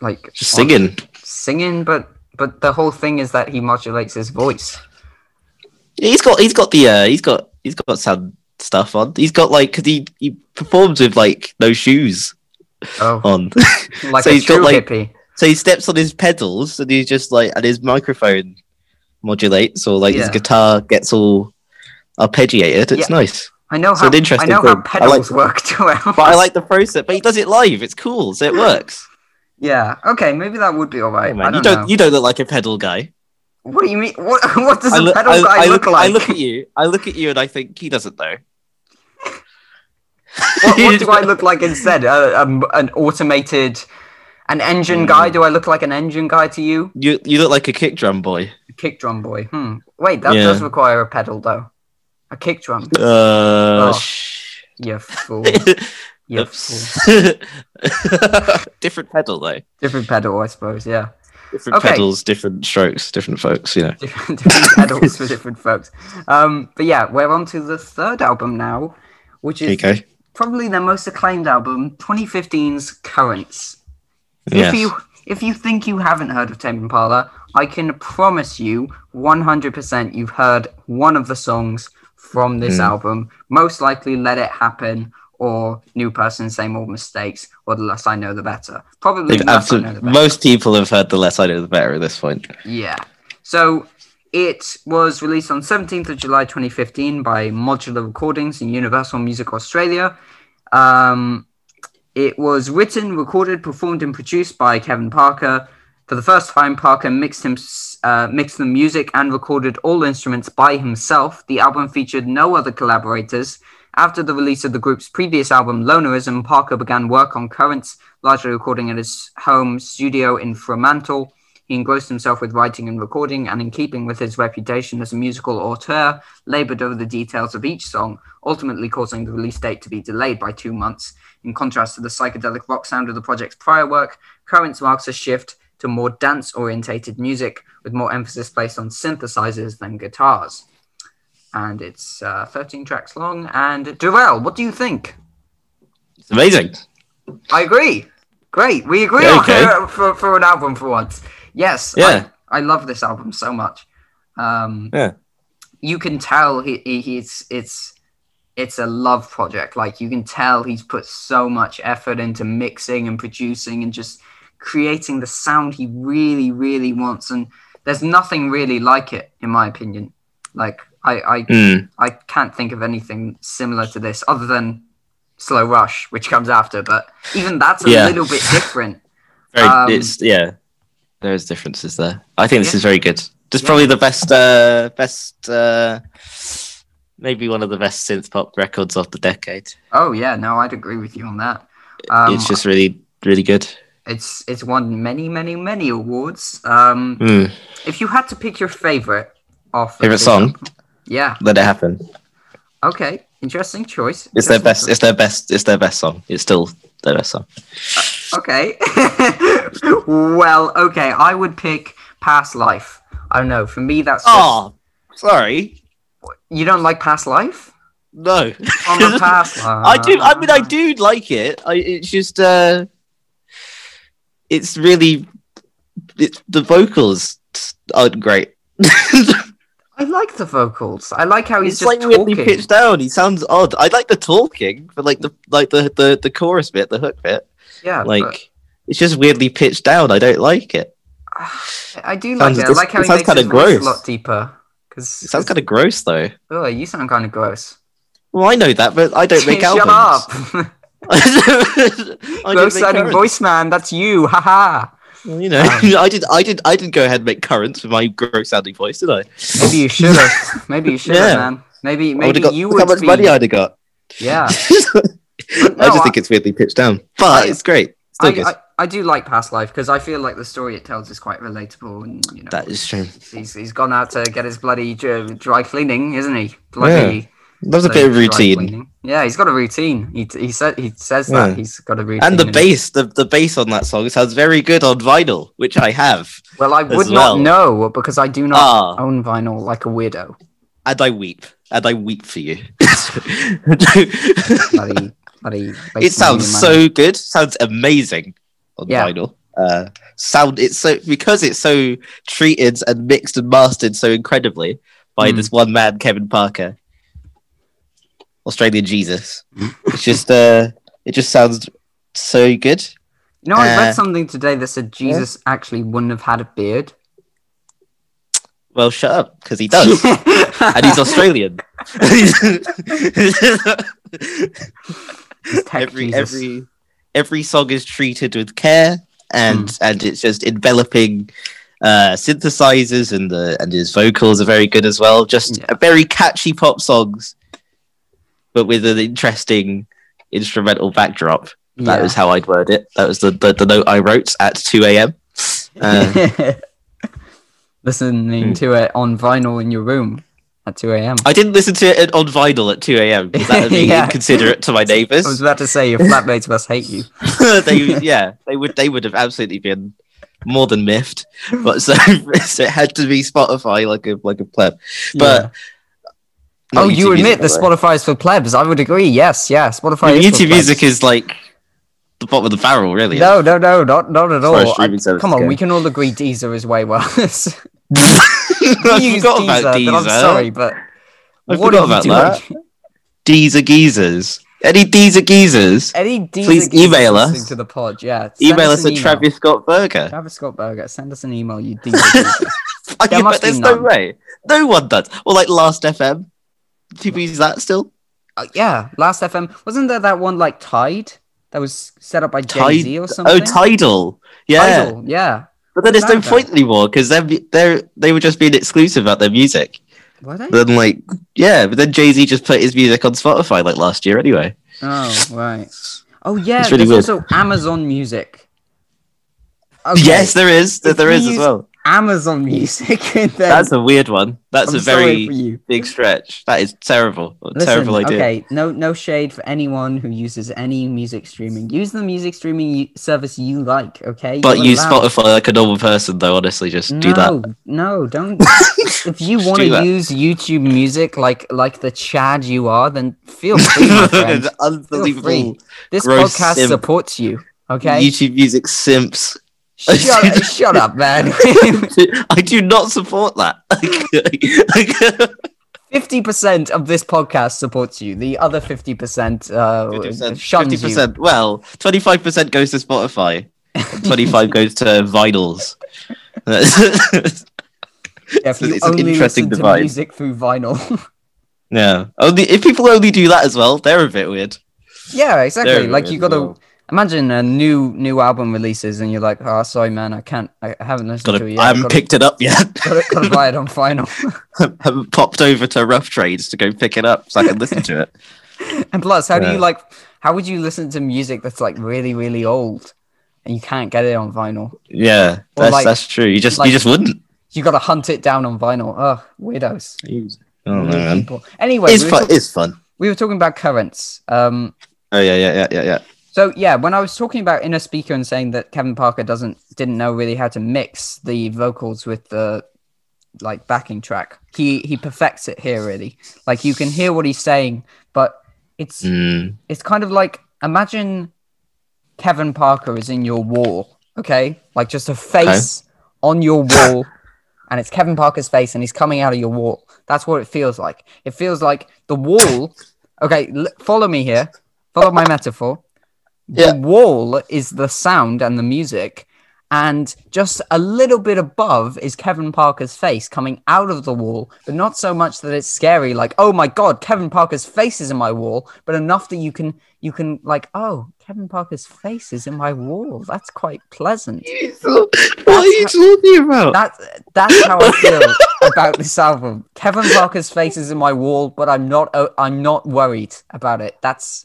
like
Just
on-
singing.
singing, but but the whole thing is that he modulates his voice.
He's got he's got the uh, he's got he's got sound stuff on. He's got like 'cause he he performs with like no shoes
Oh,
on.
like
so
a
he's got,
true
like-
hippie.
so he steps on his pedals and he's just like and his microphone modulates or like his
Yeah.
guitar gets all arpeggiated. It's nice.
I know
it's
how
an
I
interesting
know how
thing. I
pedals work too well.
But I like the process. But he does it live. It's cool. So it works.
yeah. Okay, maybe that would be alright.
Hey, Oh, man,
I don't,
you don't
know.
you don't look like a pedal guy.
What do you mean? What what does a
I look-
pedal guy
I
look, like?
I look at you. I look at you and I think he doesn't know.
what, what do I look like instead? Uh, um, an automated, an engine guy? Do I look like an engine guy to you?
You you look like a kick drum boy.
Kick drum boy. Hmm. Wait, that
Yeah.
does require a pedal though. A kick drum.
Uh,
Oh.
sh-
You fool. You fool.
different pedal though.
Different pedal, I suppose, yeah.
Different
Okay.
pedals, different strokes, different folks. You know.
different, different pedals for different folks. Um, but yeah, we're on to the third album now, which is
Kiko.
probably their most acclaimed album, 2015's Currents.
Yes.
If you if you think you haven't heard of Tame Impala, I can promise you 100% you've heard one of the songs from this
Hmm.
album. Most likely Let It Happen or New Person, Same Old Mistakes or The Less I Know The Better. Probably
They've
The Less I Know The
absolute-
Better.
most people have heard the less I know the better at this point.
Yeah. So it was released on 17th of July 2015 by Modular Recordings and Universal Music Australia. Um, it was written, recorded, performed, and produced by Kevin Parker. For the first time, Parker mixed him, uh, mixed the music and recorded all instruments by himself. The album featured no other collaborators. After the release of the group's previous album, Lonerism, Parker began work on Currents, largely recording at his home studio in Fremantle. He engrossed himself with writing and recording, and in keeping with his reputation as a musical auteur, labored over the details of each song, ultimately causing the release date to be delayed by two months. In contrast to the psychedelic rock sound of the project's prior work, Currents marks a shift to more dance orientated music, with more emphasis placed on synthesizers than guitars. And it's uh, 13 tracks long. And Durrell, what do you think?
It's amazing.
I agree. Great. We agree
Yeah,
on-
okay.
for, for an album for once. Yes. I-
Yeah.
I, love this album so much. Um,
Yeah.
You can tell he, he, he's it's it's a love project. Like you can tell he's put so much effort into mixing and producing and just creating the sound he really really wants. And there's nothing really like it in my opinion. Like I I,
Mm.
I can't think of anything similar to this other than Slow Rush, which comes after. But even that's a
Yeah.
little bit different.
Very,
Um,
it's yeah. There is differences there. I think this
Yeah.
is very good. This is
Yeah.
probably the best, uh, best, uh, maybe one of the best synth pop records of the decade.
Oh yeah, no, I'd agree with you on that. Um,
it's just really, really good.
it's it's won many many many awards. Um,
Mm.
if you had to pick your favorite off of
Favorite
this
song?
album- yeah,
Let it happen.
okay, interesting choice.
It's their
Interesting
best.
choice.
It's their best. It's their best song. It's still their best song.
Okay, well, okay, I would pick Past Life. I don't know. For me, that's just-
Oh, sorry.
you don't like Past Life.
No,
On the past,
I do. I mean, I
Uh.
do like it. I, it's just, uh, it's really, it, the vocals aren't great.
I like the vocals. I like how he's
it's
just
like weirdly
talking.
pitched down. He sounds odd. I like the talking, but like the like the the, the chorus bit, the hook bit,
yeah,
like.
but
It's just weirdly pitched down. I don't like it.
I do like
sounds-
it. I
this-
like how
it
he
sounds
makes
kinda
his voice a
gross.
lot deeper. Because
It sounds kind of gross, though.
oh, you sound kind of gross.
Well, I know that, but I don't make
Shut
albums.
up,
I didn't make
gross sounding
currents.
voice man. That's you. Haha.
Well, you know,
Um,
I did, I did, I did go ahead and make currents with my gross sounding voice, did I?
Maybe you should have. Maybe you should have,
Yeah.
man. Maybe
I would've
maybe
got,
you
look how
would
much
be.
money I'd have got.
yeah.
I
no,
just think it's weirdly pitched down, but
I-
it's great. Still
I,
good.
I, I do like past life because I feel like the story it tells is quite relatable and you know
that is true.
he's, he's gone out to get his bloody dr- dry cleaning, isn't he? Bloody
That was a
So
bit of
dry
routine,
cleaning. Yeah, he's got a routine. He he said he says
Yeah.
that he's got a routine.
and the
it.
bass, the, the bass on that song sounds very good on vinyl, which I have,
Well, I would
as well.
not know because I do not
Ah,
own vinyl like a weirdo.
and I weep, and I weep for you.
Bloody, bloody
it
basement
sounds
man.
so good. Sounds amazing on
Yeah.
vinyl. Uh, sound it's so because it's so treated and mixed and mastered so incredibly by
Mm.
this one man, Kevin Parker, Australian Jesus. it's just uh, it just sounds so good.
You know, I read
Uh,
something today that said Jesus actually wouldn't have had a beard.
Well, shut up because he does, and he's Australian.
He's tech
every
Jesus.
every every song is treated with care and
Hmm.
and it's just enveloping uh synthesizers and the and his vocals are very good as well just
Yeah.
very catchy pop songs but with an interesting instrumental backdrop that
Yeah.
was how i'd word it that was the the, the note i wrote at 2 a.m uh, Hmm.
Listening to it on vinyl in your room. at 2 a.m.
I didn't listen to it on vinyl at 2 a.m. 'cause That would be
Yeah.
inconsiderate to my
I was
neighbors.
about to say your flatmates must hate you.
they, yeah, they would they would have absolutely been more than miffed. But so, so it had to be Spotify like a like a pleb. But
Yeah. oh,
Not
you
YouTube Music,
admit
by
that
the way.
Spotify is for plebs? I would agree. Yes, yeah. Spotify.
I mean,
is for
YouTube
plebs.
music is like the bottom of the barrel, really.
No, no, no, not not at
As far as
all. I-
streaming services
come on,
go.
we can all agree Deezer is way worse.
I
use
forgot about
but
Deezer.
I'm sorry, but
I
what
forgot
are you
about
doing?
that. Deezer geezers. Any Deezer geezers?
Any Deezer
Please
geezers
email
listening
us.
to the pod. Yeah, send
Email us
an
at Travis Scott Burger.
Travis Scott Burger. Send us an email. You Deezer. geezers.
I
There
yeah,
must
but
be
there's no
none.
way. No one does. Or like Last FM. People use that still.
Uh, yeah, Last FM wasn't there that one like Tide that was set up by Jay Z
Tide.
or something?
Oh, Tidal. Yeah,
Tidal, yeah.
but then it's no
Tidal.
point anymore because they're they they were just being exclusive about their music.
Were they?
Then like yeah, but then Jay Z just put his music on Spotify like last year anyway.
Oh right. Oh yeah.
It's really
there's also Amazon Music. Okay,
Yes, there is.
If
there
you
is as
use-
well.
Amazon Music. And then,
That's a weird one. That's
I'm
a
sorry for
very
you.
big stretch. That is terrible. A
Listen,
terrible idea.
Okay, no, no shade for anyone who uses any music streaming. Use the music streaming you, service you like. Okay,
But
You're
use
allowed-
Spotify like a normal person, though. Honestly, just
No,
do that.
no, don't. if you want
do
to
that.
use YouTube Music like like the Chad you are, then feel free, my friend.
It's unbelievable.
This
Gross
podcast
simp.
supports you. Okay,
YouTube music simps.
shut, shut up, man.
I do not support that.
Fifty percent of this podcast supports you. The other fifty percent uh,
Fifty
shuns you.
percent. Well, twenty-five percent goes to Spotify. Twenty-five goes to vinyls.
Yeah, if
It's-
you
it's an
only
interesting
listen
divide.
to music through vinyl.
yeah. Only if people only do that as well, they're a bit weird.
Yeah,
They're a
exactly.
bit
Like
weird
you
as
got to
well.
imagine a new new album releases, and you're like, "Oh, sorry, man, I can't. I haven't listened
Gotta-
to it yet.
I haven't
gotta,
picked it up yet.
gotta, gotta buy it on final."
haven't popped over to Rough Trades to go pick it up so I can listen to it.
and plus, how do
Yeah.
you like? How would you listen to music that's like really, really old, and you can't get it on vinyl?
Yeah,
Or
that's
like-
that's true. You just
like-
you just wouldn't.
You got to hunt it down on vinyl. Ugh, weirdos.
I don't know,
Weird
Oh, man.
people. Anyway,
It's
we were,
fun.
talk-
It's fun.
we were talking about currents. Um,
Oh yeah, yeah, yeah, yeah, yeah.
So yeah, when I was talking about inner speaker and saying that Kevin Parker doesn't didn't know really how to mix the vocals with the like backing track, he he perfects it here really. Like you can hear what he's saying, but it's
Mm,
it's kind of like imagine Kevin Parker is in your wall, okay? Like just a face on your wall, and it's Kevin Parker's face, and he's coming out of your wall. That's what it feels like. It feels like the wall. Okay, l- follow me here. Follow my metaphor.
Yeah.
The wall is the sound and the music, and just a little bit above is Kevin Parker's face coming out of the wall, but not so much that it's scary, like, oh my god, Kevin Parker's face is in my wall, but enough that you can you can like, oh, Kevin Parker's face is in my wall. That's quite pleasant.
What are you talking about?
That that's how I feel about this album. Kevin Parker's face is in my wall, but I'm not uh, I'm not worried about it. That's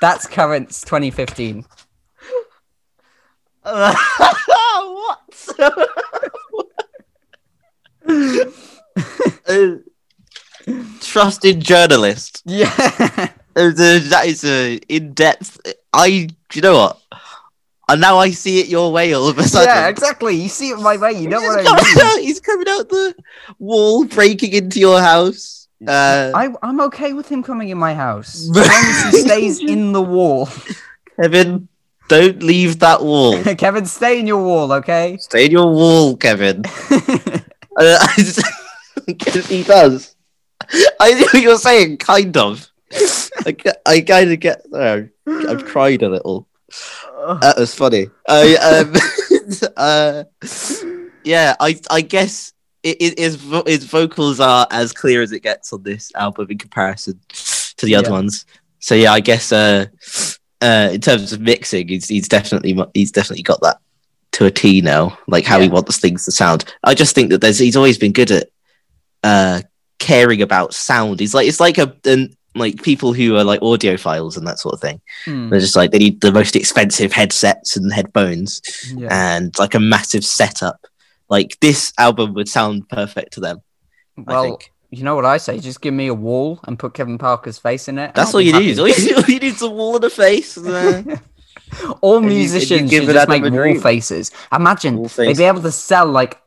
that's currents 2015.
what? Uh, trusted journalist.
Yeah.
Uh, the- That is a in-depth. I. You know what? And now I see it your way all of a sudden.
yeah, exactly. You see it my way. You know
he's,
what I
coming
mean.
out, he's coming out the wall, breaking into your house. Uh,
I, I'm okay with him coming in my house. As long as he stays in the wall.
Kevin, don't leave that wall.
Kevin, stay in your wall, okay? Hmm,
Stay in your wall, Kevin. Uh, Because he does. I know what you're saying, kind of. I, ca- I kind of get there. I've cried a little. That was funny. I, um, uh, yeah, I, I guess it, it, his, vo- his vocals are as clear as it gets on this album in comparison to the other
Yeah.
ones. So yeah, I guess uh, uh, in terms of mixing, he's, he's definitely mu- he's definitely got that to a T now, like how he
Yeah.
wants things to sound. I just think that there's he's always been good at uh caring about sound. He's like it's like a an, like people who are like audiophiles and that sort of thing.
Hmm,
They're just like they need the most expensive headsets and headphones
yeah.
and like a massive setup. Like this album would sound perfect to them I
Well,
think.
you know what I say? Just give me a wall and put Kevin Parker's face in it. and
That's
I'll
all
be
you
happy.
need. All you, all you need is a wall and a face. and, uh,
All
And you- and you
musicians
give
should
it
just
Adam
make
a
wall
dream.
faces. Imagine
Wall
they'd
face.
be able to sell like.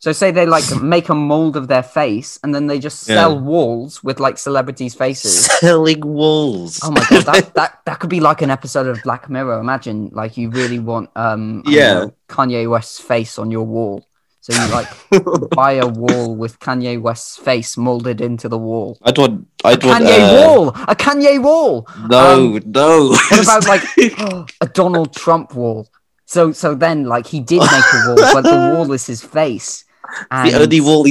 So say they like make a mold of their face and then they just
Yeah.
sell walls with like celebrities' faces.
Selling walls.
Oh my god, that, that that could be like an episode of Black Mirror. Imagine like you really want um I don't
Yeah.
know, Kanye West's face on your wall. So you like buy a wall with Kanye West's face molded into the wall.
I'd want. I'd want.
Kanye
uh,
wall, a Kanye wall.
No, no.
What about like a Donald Trump wall? So so then like he did make a wall, but the wall is his face. And
the only wall he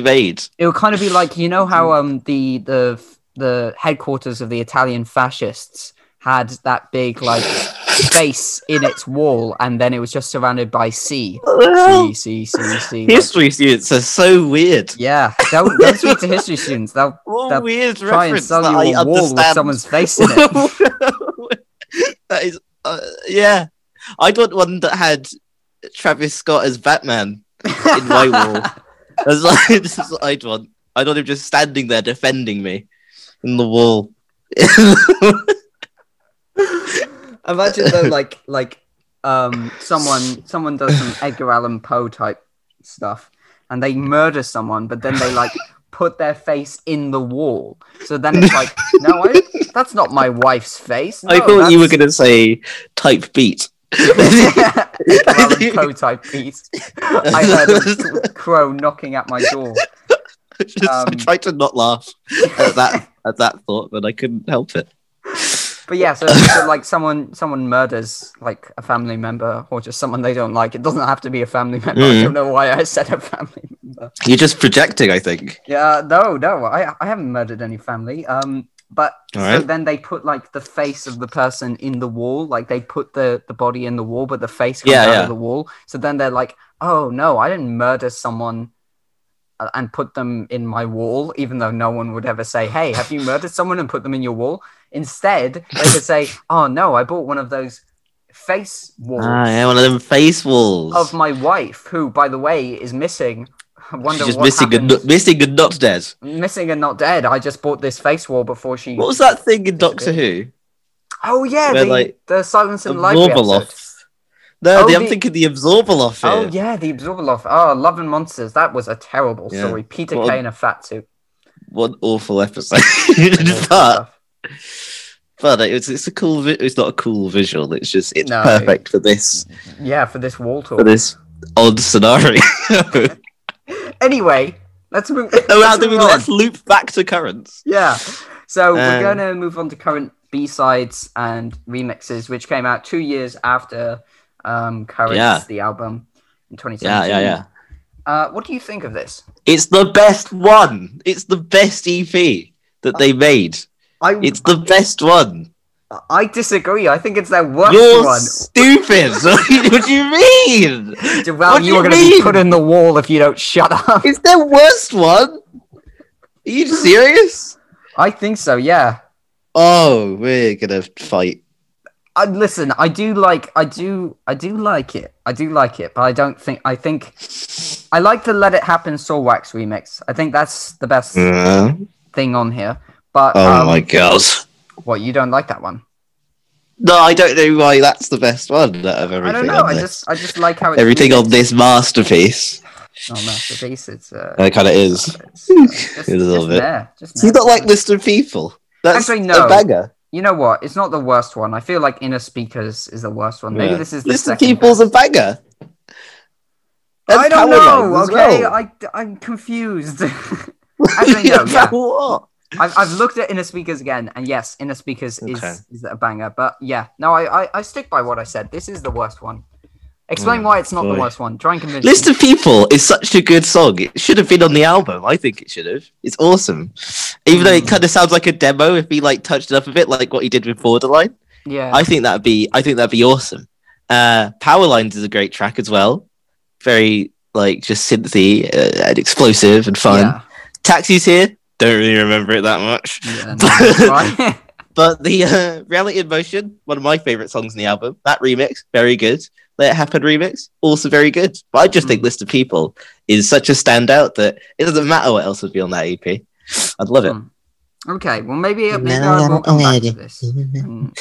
made?
it would kind of be like you know how um the the the headquarters of the Italian fascists had that big like space in its wall, and then it was just surrounded by sea,
Oh.
sea, sea, sea, sea. like-
History students are so weird.
yeah, don't, don't speak to history students. They'll
What
They'll
weird
try and
reference
sell
that
you
I
a wall with
understand.
someone's face in it.
that is, uh, yeah. I'd want one that had Travis Scott as Batman. In my wall. That's what, that's what I'd want. I'd want him just standing there defending me in the wall.
Imagine though, like like um someone someone does some Edgar Allan Poe type stuff, and they murder someone, but then they like put their face in the wall. So then it's like, no, I, that's not my wife's face. No,
I thought you were
that's-
going to say type beat.
Edgar Allan Poe type beat. I heard a crow knocking at my door.
Just- I
Um,
tried to not laugh at that at that thought, but I couldn't help it.
But yeah, so, so like someone someone murders like a family member or just someone they don't like. It doesn't have to be a family member. I
Mm.
don't know why I said a family member.
You're just projecting, I think.
Yeah, no, no, I I haven't murdered any family. Um, but
All
so
right.
then they put like the face of the person in the wall, like they put the the body in the wall, but the face comes
Yeah,
out
yeah.
of the wall. So then they're like, oh no, I didn't murder someone. uh, And put them in my wall, even though no one would ever say, "Hey, have you murdered someone?" and put them in your wall. Instead, they could say, "Oh no, I bought one of those face walls
Ah, yeah, one of them face walls.
of my wife, who, by the way, is missing." I wonder
She's just
what
missing and,
happened.
not, missing and not dead.
Missing and not dead. I just bought this face wall before she.
What was that thing in
Disappeared.
Doctor Who?
Oh yeah,
Where,
the,
like,
the Silence and Library episode.
Absorbaloff. No,
Oh,
the- I'm
the-
thinking the Absorbaloff.
Oh
here.
yeah, the Absorbaloff. Oh, Love and Monsters. That was a terrible
Yeah.
story. Peter
Well,
Kay in a fat suit.
What an awful episode.
Awful
but
stuff.
but it's it's a cool. Vi- it's not a cool visual. It's just it's
No.
perfect for this
yeah, for this wall tour.
for this odd scenario.
Anyway, let's move.
oh, how
let's
do we
move on.
let's loop back to currents?
Yeah. So we're
Um,
going to move on to current B sides and remixes, which came out two years after um, Currents,
Yeah.
the album in 2017.
Yeah, yeah, yeah.
Uh, what do you think of this?
It's the best one. It's the best EP that they made.
I
It's the best one.
I disagree. I think it's their worst
You're
one.
stupid. what do you mean?
Well,
what do
you are
you
going to be
mean?
put in the wall if you don't shut up.
It's their worst one. Are you serious?
I think so. Yeah.
Oh, we're gonna fight.
I, Uh, listen, I do like, I do, I do like it. I do like it, but I don't think. I think I like the "Let It Happen" Soulwax remix. I think that's the best
Mm.
thing on here. But
oh
um,
my god.
what you don't like that one?
No, I don't know why that's the best one out of everything.
I don't know.
on
I
this.
just, I just like how it's
everything
remixed.
on this masterpiece.
Oh, masterpiece. It's uh,
That kind of is.
it's, uh, just,
A little
just
bit.
there, just
So you
there.
not like list of people? That's
Actually, no.
a banger.
You know what? It's not the worst one. I feel like Inner Speakers is the worst one. Maybe
Yeah.
this is the
List of
second
people's a
best.
banger. That's
I don't
Power
know.
Lines as
Okay,
well.
I I'm confused. Actually, no,
About
yeah.
what?
I've, I've looked at Inner Speakers again, and yes, Inner Speakers
Okay.
is is a banger. But yeah, no, I, I I stick by what I said. This is the worst one. Explain
Oh,
why it's not the
boy.
worst one. Try and convince
List
me.
of People is such a good song. It should have been on the album. I think it should have. It's awesome. Even though it
Mm.
kind of sounds like a demo if he like touched it up a bit like what he did with Borderline.
yeah.
I think that'd be I think that'd be awesome. Uh Power Lines is a great track as well. Very like just synthy uh, and explosive and fun.
Yeah.
Taxi's here. Don't really remember it that much.
Yeah, no, that's right.
But the uh, Reality in Motion, one of my favorite songs in the album, that remix, very good. Let It Happen remix, also very good. But I just think List of People is such a standout that it doesn't matter what else would be on that EP. I'd love it.
Mm. Okay, well maybe, maybe I will come back to this and,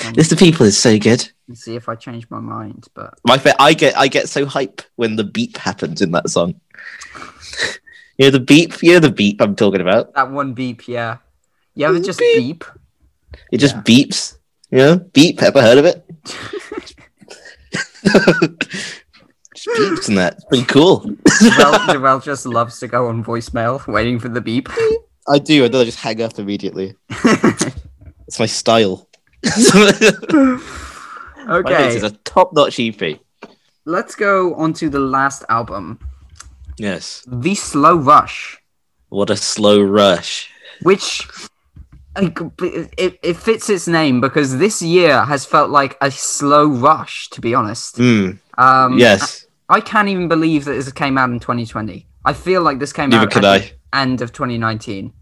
and
List of People is so good.
see if I change my mind. But
My fa- I get I get so hype when the beep happens in that song. you know the beep, you know the beep I'm talking about.
that one beep, yeah, you ever just beep?
Beep. It just
Yeah.
beeps. You know, beep. Ever heard of it? just beeps and that. It's pretty cool.
Jarell, Jarell just loves to go on voicemail, waiting for the beep.
I do. I do. I just hang up immediately. It's my style. This
okay,
is a top-notch E EP.
let's go on to the last album,
Yes.
The Slow Rush,
What a slow rush.
which I comp- it, it fits its name because this year has felt like a slow rush, to be honest.
Hmm.
Um,
yes.
I can't even believe that this came out in 2020. I feel like this came
Neither
out
could
at
I.
the end of 2019.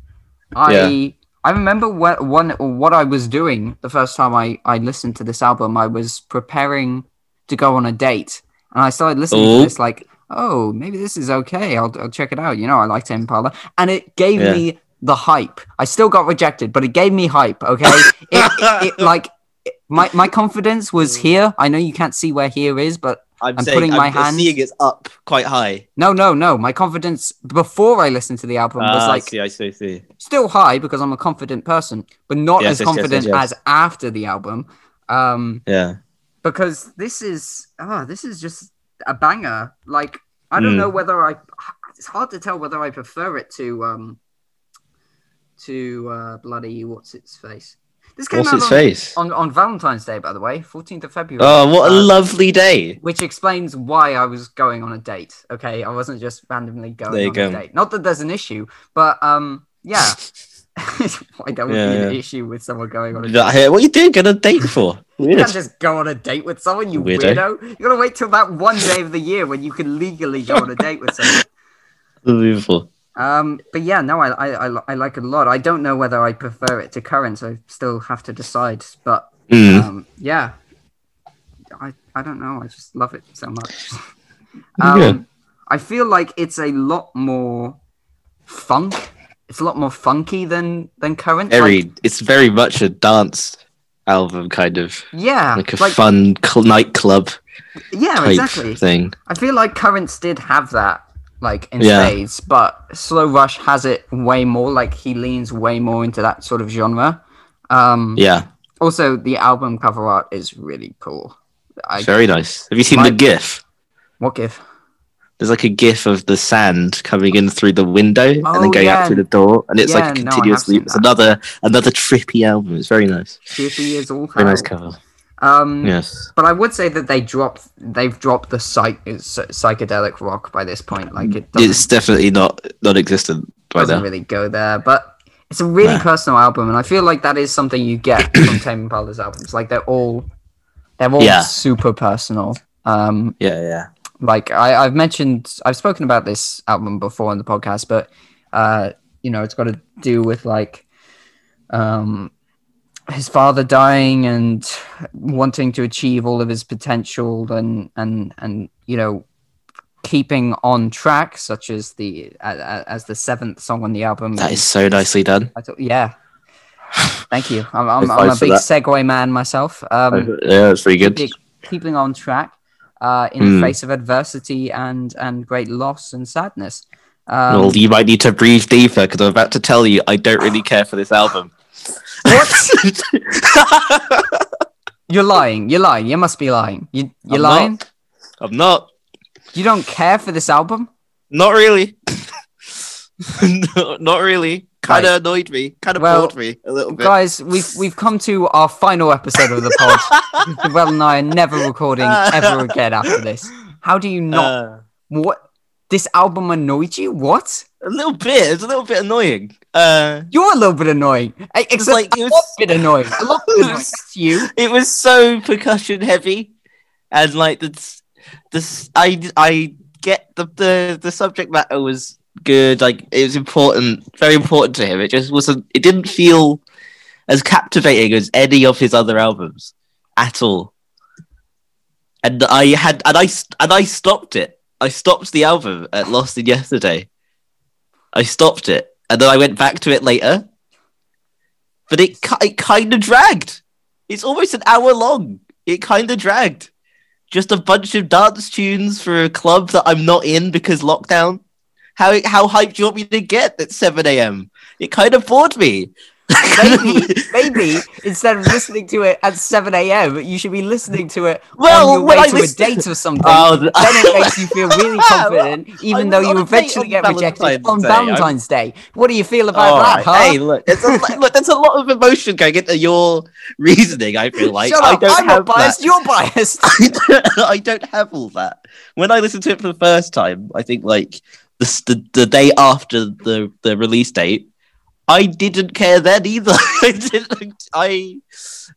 I I remember what one what I was doing the first time I I listened to this album. I was preparing to go on a date, and I started listening
Ooh.
to this like, oh, maybe this is okay. I'll, I'll check it out. You know, I like Tame Impala, and it gave
Yeah.
me the hype. I still got rejected, but it gave me hype. Okay, it, it, it like. it- My, my confidence was here. I know you can't see where here is, but
I'm,
I'm
saying,
putting
I'm
my hand-
seeing it's up quite high.
no, no, no. My confidence before I listened to the album was
Ah,
like
I see. I see. I see.
still high because I'm a confident person, but not
Yes,
as
yes, yes,
confident
yes, yes.
as after the album. Um,
Yeah.
because this is ah, this is just a banger. Like I don't
Mm.
know whether I. It's hard to tell whether I prefer it to um to uh, bloody what's its face. This came
What's
out
its
on,
face?
on on Valentine's Day, by the way, 14th of February.
Oh, what a
Uh,
lovely day.
which explains why I was going on a date. Okay, I wasn't just randomly going
There you
on a
go.
date. Not that there's an issue, but um, yeah, why there would
Yeah,
be an
yeah.
issue with someone going on a
You're
date.
not here. What are you doing? Get a date for?
You
Weird.
can't just go on a date with someone, you
Weirdo.
weirdo. You gotta wait till that one day of the year when you can legally go on a date with someone.
Unbelievable.
Um, but yeah, no, I, I, I, li- I like it a lot. I don't know whether I prefer it to current. I still have to decide. But
Hmm.
um, yeah, I, I don't know. I just love it so much. Um,
Yeah.
I feel like it's a lot more funk. It's a lot more funky than than current.
very.
Like,
it's very much a dance album, kind of
yeah,
like a
Ah, like
fun cl- nightclub
yeah,
type
exactly.
thing.
I feel like Currents did have that, like in
Yeah.
spades, but Slow Rush has it way more. Like he leans way more into that sort of genre. Um,
Yeah,
Also, the album cover art is really cool. I,
very nice. Have you seen
My-
the GIF?
what if?
There's like a GIF of the sand coming in through the window and
Oh,
then going
yeah.
out through the door, and it's
Yeah,
like a
no, I have
continuous
seen
loop. It's
that.
another another trippy album. It's very nice.
Cheeky is all hell.
Very nice cover.
Um,
Yes.
But I would say that they drop they've dropped the psych, psy- psychedelic rock by this point. Like it doesn't,
It's definitely not non-existent by
doesn't
now.
really go there. But it's a really
Nah.
personal album, and I feel like that is something you get from Tame Impala's albums. Like they're all they're all
Yeah.
super personal. Um,
Yeah, yeah.
like I, I've mentioned, I've spoken about this album before on the podcast, but uh, you know, it's got to do with like um, his father dying and wanting to achieve all of his potential and and and you know keeping on track, such as the a- a- as the seventh song on the album.
That is so nicely done.
I thought, yeah. Thank you. I'm, I'm,
High five
I'm a
for
big
that.
segue man myself. Um,
yeah, that's pretty good.
keeping, keeping on track uh, in the
Hmm.
face of adversity and and great loss and sadness. Um,
well, you might need to breathe deeper because I'm about to tell you I don't really care for this album. What?
You're lying. You're lying. You must be lying. You, you're
I'm not.
lying.
I'm not.
You don't care for this album.
Not really. no, not really. Kind of annoyed me. Kind of
Well,
bored me a little bit.
Guys, we've we've come to our final episode of the pod. Well and I are never recording ever again after this. How do you not?
Uh,
what? This album annoyed you? What?
a little bit. It's a little bit annoying. Uh,
You're a little bit annoying. I, except
like
a
you-
lot bit annoying. A lot bit annoying. That's you.
it was so percussion heavy and like the this i i get the, the the subject matter was good like it was important very important to him it just wasn't it didn't feel as captivating as any of his other albums at all. And I had and I st- and I stopped it. I stopped the album at Lost in Yesterday. I stopped it, and then I went back to it later. But it ki- it kind of dragged. It's almost an hour long. It kind of dragged. Just a bunch of dance tunes for a club that I'm not in because lockdown. How how hyped do you want me to get at 7 a.m.? It kind of bored me.
Maybe, maybe instead of listening to it at 7 a.m., you should be listening to it
Well,
on your
when
way
I
to
listen-
a date or something.
Oh, th-
then it makes you feel really confident, even
was
though
on
you
a date
eventually
on
get rejected
Valentine's
on
Day. I'm-
Valentine's Day. What do you feel about
All
that,
right.
huh?
Oh, Hey, look, it's a, lo- look, there's a lot of emotion going into your reasoning. I feel like
Shut
I
up!
don't
I'm
have
not biased. You're biased.
that. I don't have all that. When I listened to it for the first time, I think like the s- the, the day after the, the release date, I didn't care then either. I didn't. I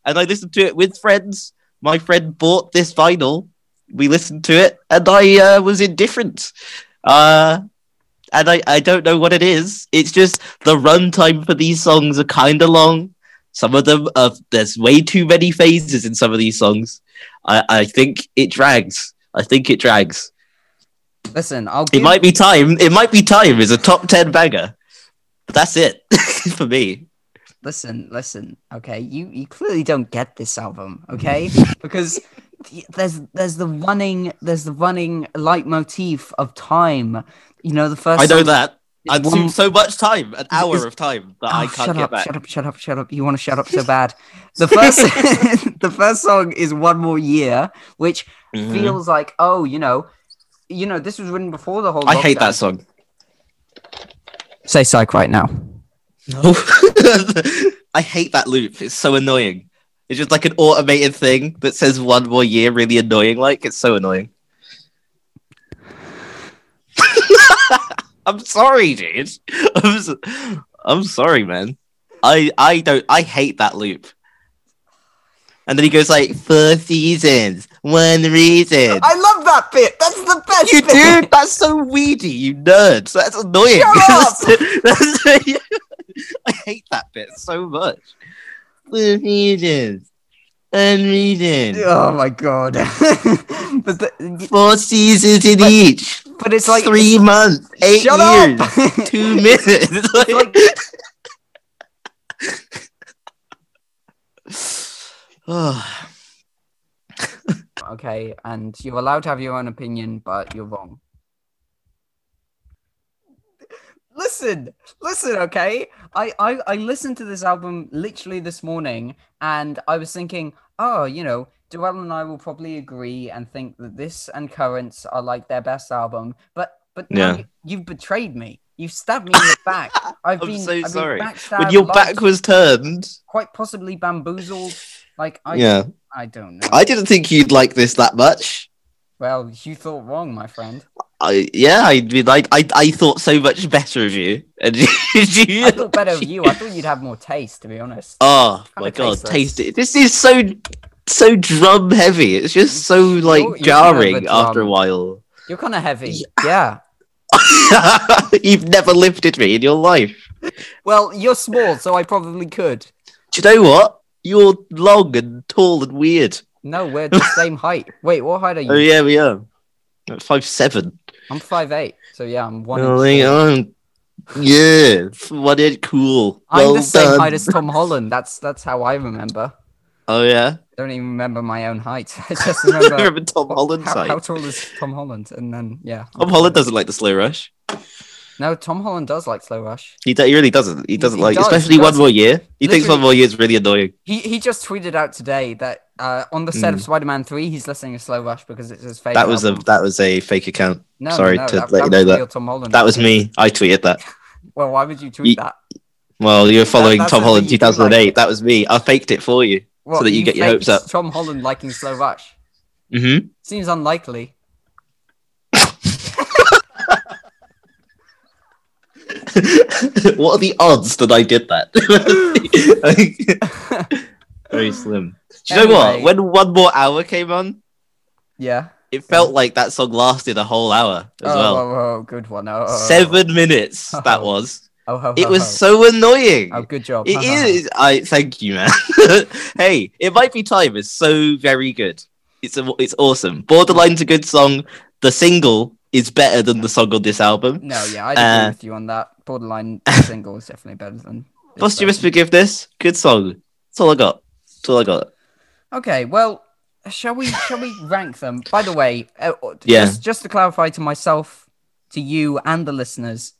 and I listened to it with friends. My friend bought this vinyl. We listened to it, and I uh, was indifferent. Uh, and I, I don't know what it is. It's just the runtime for these songs are kind of long. Some of them, are, there's way too many phases in some of these songs. I, I think it drags. I think it drags.
Listen, I'll
It
give,
might be time. It might be time is a top 10 banger. But that's it for me.
listen, listen. Okay, you you clearly don't get this album, okay? Because th- there's there's the running there's the running leitmotif of time. You know the first.
I know
song-
that.
it's
I've
one-
seen so much time, an hour
is-
of time that
Oh,
I can't
shut
get
up,
back.
Shut up, shut up, shut up. You want to shut up so bad. The first the first song is One More Year, which
Mhm.
feels like, oh, you know, you know, this was written before the whole
I hate
lockdown.
that song.
Say psych right now.
I hate that loop. It's so annoying. It's just like an automated thing that says one more year, really annoying. Like it's so annoying. I'm sorry, dude. I'm, s am sorry, man. I I don't. I hate that loop. And then he goes like four seasons, one reason.
I love that bit. That's the best
you
bit.
do. That's so weedy, you nerds. That's annoying.
Shut up!
That's- I hate that bit so much. Blue regions, and regions,
Oh my god. but the,
four seasons in each.
but it's like
three months, eight
shut
years,
up.
two minutes. Like- Ah,
okay, and you're allowed to have your own opinion, but you're wrong. Listen, listen, okay. I, I I listened to this album literally this morning, and I was thinking, oh, you know, Duell and I will probably agree and think that this and Currents are like their best album. But but now
Yeah.
you, you've betrayed me. You've stabbed me in the back. I've
I'm
been
so
I've been
sorry.
backstabbed,
when your
lied
back
to,
was turned,
quite possibly bamboozled. Like I
yeah,
I don't know.
I didn't think you'd like this that much.
Well, you thought wrong, my friend.
I yeah, I mean, I, I I thought so much better of you, and you, you-
I thought better of you. I thought you'd have more taste, to be honest.
oh my
Kinda
god,
tasteless.
taste it. This is so so drum heavy. It's just so like
you're kind of a
jarring after a
drum.
while.
You're kind of heavy.
Yeah.
Yeah.
You've never lifted me in your life.
Well, you're small, so I probably could.
Do you know what? You're long and tall and weird.
No, we're the same height. Wait, what height are you?
Oh yeah, we are. Five seven.
I'm five eight. So yeah, I'm one.
Oh,
inch
yeah,
short.
I'm- yeah, what it cool.
I'm
well
the same
done.
height as Tom Holland. That's that's how I remember.
Oh yeah,
Don't even remember my own height. I just remember
remember Tom
what-
Holland's
how,
height.
how tall is Tom Holland, and then yeah.
Tom Holland doesn't like the slow rush.
No, Tom Holland does like slow rush.
He, d- he really doesn't. He doesn't
he
like,
does,
especially
he
one
does.
more year. He thinks
Literally-
one more year is really annoying.
He he just tweeted out today that uh, on the set of Spider-Man Three, he's listening to Slow Rush because it's his favorite.
Hmm. That was a
album.
that was a fake account.
no,
sorry
no, no,
to let you
was
know that.
real Tom Holland.
That was me. I tweeted that.
Well, why would you tweet that?
Well, you're following
that's
Tom
the
Holland
thing, you do like
2008. That was me. I faked it for you.
Well,
that you get your
faked
hopes up.
Tom Holland liking Slow Rush
Mm-hmm.
seems unlikely.
what are the odds that I did that? Very slim. Do you know what?
Anyway.
When one more hour came on,
Yeah.
it felt like that song lasted a whole hour as
oh,
well.
oh, oh, good one. Oh, oh, oh.
Seven minutes that
Oh.
was.
Oh, ho, ho,
It was
ho.
so annoying.
Oh, good job.
It
Ha, ha, ha.
is. I thank you, man. hey, it might be time is so very good. It's a, it's awesome. Borderline's a good song. The single is better than the song on this album.
No, yeah, I agree
Uh,
with you on that. Borderline single is definitely better than. this
Posthumous
version.
forgiveness, good song. That's all I got. That's all I got.
Okay, well, shall we shall we rank them? By the way, uh, uh,
Yeah.
just just to clarify to myself, to you, and the listeners,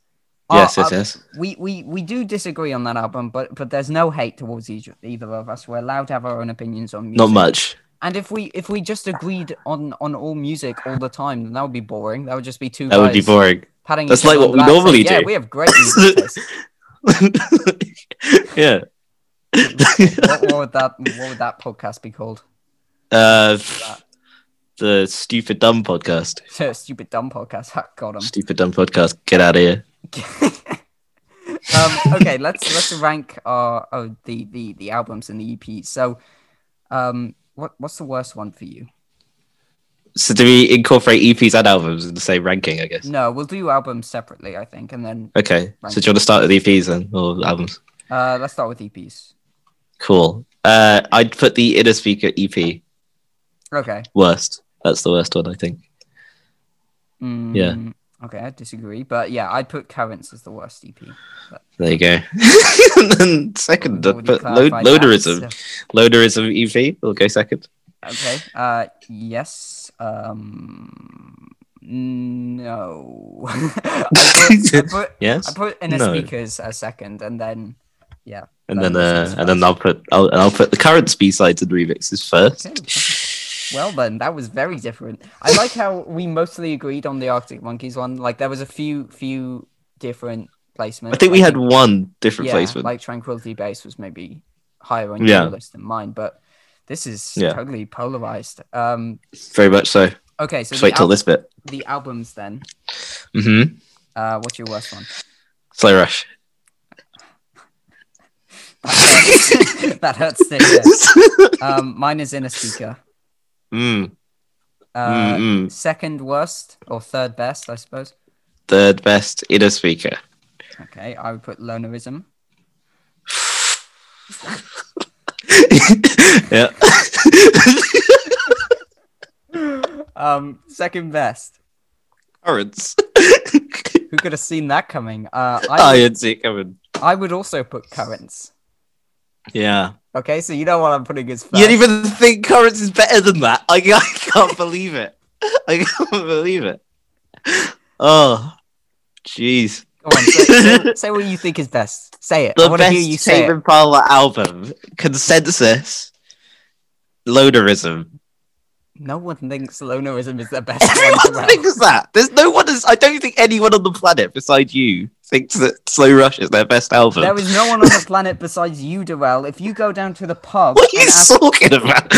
our-
Yes, yes,
our-
yes.
we we we do disagree on that album, but but there's no hate towards each, either of us. We're allowed to have our own opinions on music.
Not much.
And if we if we just agreed on on all music all the time, then that would be boring. That would just be two
That would be
guys
boring.
patting
That's
each other
like
on
what
the
we
back saying, Yeah,
normally do."
we have great music taste.
yeah.
what, what would that what would that podcast be called?
Uh, f- the stupid dumb podcast.
Stupid dumb podcast. Ha, Got him.
Stupid dumb podcast. Get out of here.
um, okay, let's let's rank our oh, the, the the albums and the EPs. So, um, what what's the worst one for you?
So do we incorporate EPs and albums in the same ranking? I guess.
No, we'll do albums separately, I think, and then
Okay.
Right.
So do you want to start with EPs then or albums?
uh, let's start with EPs.
Cool. Uh, I'd put the Inner Speaker EP
Okay.
worst. That's the worst one, I think.
Mm, Okay, I disagree, but yeah, I'd put Currents as the worst E EP.
There you go. and then second, I'd
Already
put lo-
clarified that,
Loaderism.
so-
Loaderism EP. We'll go second.
Okay. Uh, yes. Um, no. I put, I put, I
Yes.
put in a
No.
speakers as second, and then
And then,
Loaderism's
uh, and then I'll put I'll, and I'll put the current B sides and remixes first.
Well then, that was very different. I like how we mostly agreed on the Arctic Monkeys one. Like there was a few few different placements.
I think we
Like,
had one different
yeah,
placement.
like Tranquility Base was maybe higher on
Yeah.
your list than mine, but this is
Yeah.
totally polarized. Um,
Very much so.
okay, so
Just
the,
wait till
al-
this bit.
the albums then.
Mm-hmm.
Uh, what's your worst one?
Slow rush.
that hurts. to hear. Um, mine is Inner Speaker.
mm,
Uh,
mm, mm.
Second worst or third best, I suppose.
Third best inner speaker.
Okay, I would put Lonerism.
yeah.
Um, second best.
Currents.
Who could have seen that coming? Uh,
I
I,
didn't Oh, see it coming.
I would also put currents.
Yeah.
Okay, so you know what I'm putting is
You
first.
don't even think currents is better than that. I, I can't believe it. I can't believe it. Oh, jeez.
Go on, say, say, say what you think is best. Say it. I
The
want to
best
hear you say
Tame
it.
Impala album consensus. Loaderism.
No one thinks Lonerism is the best one.
Everyone
around.
thinks that. There's no one. Is, I don't think anyone on the planet besides you thinks that Slow Rush is their best album.
There is no one on the planet besides you, Darrell. If you go down to the pub,
What are you
and ask-
talking about?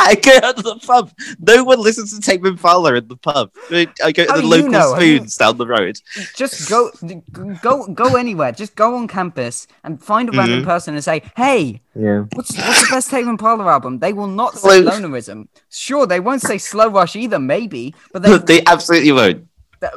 I go out to the pub. No one listens to Tame Impala in the pub. I I go to
How
the
do you
local
know? Have you-
spoons down the road.
just go, go, go anywhere. Just go on campus and find a
Mm-hmm.
random person and say, "Hey,
Yeah.
What's, what's the best Tame Impala album? They will not say
Slow-
Lonerism. Sure, they won't say Slow Rush either, maybe, but they,
They absolutely won't.
they,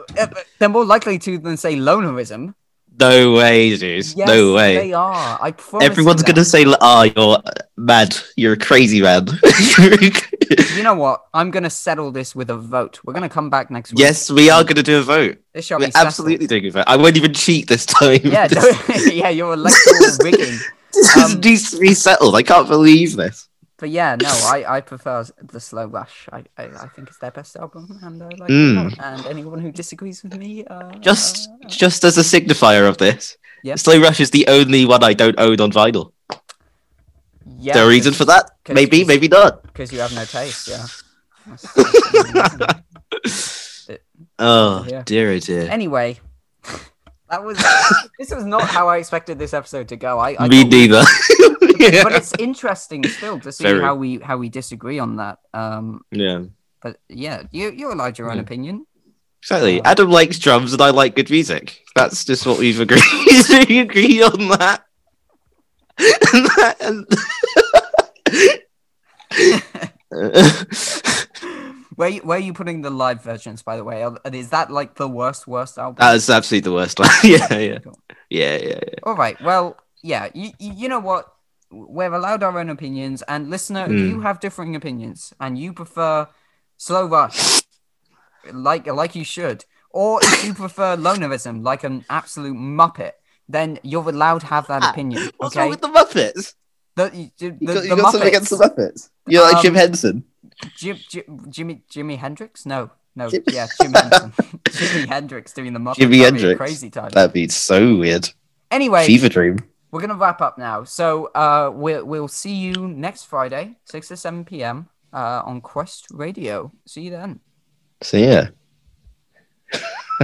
are more likely to than say Lonerism.
No way, Zeus.
Yes,
no way.
They are. I promise.
Everyone's
you
going to
that.
say, ah, you're mad. You're a crazy man.
You know what? I'm going to settle this with a vote. We're going to come back next week.
yes, we are going to do a vote.
This shall
We're
be settled.
absolutely doing a vote. I won't even cheat this time.
Yeah,
This-
don't, yeah, you're electoral rigging.
This
Um,
needs to be settled. I can't believe this.
But yeah, no, I, I prefer the Slow Rush. I, I, I think it's their best album, and I like it.
Mm.
a lot. And anyone who disagrees with me, uh,
Just, just as a signifier of this,
Yeah.
Slow Rush is the only one I don't own on vinyl.
yeah,
Is there a reason for that?
Cause-
Maybe,
cause-
maybe not.
Because you have no taste, yeah. That's-
Oh
Yeah.
dear, oh dear.
anyway, that was this was not how I expected this episode to go. I, I
Me
thought-
neither. yeah.
but it's interesting still to see
Very.
how we how we disagree on that. Um,
yeah,
but yeah, you you're allowed your own
Yeah.
opinion.
exactly.
Uh,
Adam likes drums, and I like good music. That's just what we've agreed. we agree on that. and that and-
Where you, where are you putting the live versions, by the way? Are- Is that like the worst worst album?
That is absolutely the worst one. yeah, yeah.
Cool.
Yeah, yeah, yeah.
All right. Well, yeah. You, you you know what? We're allowed our own opinions, and listener, if
Mm.
you have differing opinions and you prefer slow rush, like like you should, or if you prefer lonerism, like an absolute muppet, then you're allowed to have that
Ah,
opinion.
What's
okay.
wrong with the Muppets?
the, the,
You
the-
got, you
the
got something against the
Muppets.
Muppets? You're like Jim
Um,
Henson.
Jim, Jim, Jimmy Jimi Hendrix? No, no,
Jim-
yeah, Jimi Henson. Jimi Hendrix doing the Muppet.
Jimi
That'd be a
Hendrix.
crazy time.
That'd be so weird.
Anyway,
Fever dream.
we're gonna wrap up now. So uh, we'll we'll see you next Friday, six to seven p.m. Uh, on Quest Radio. See you then.
So yeah.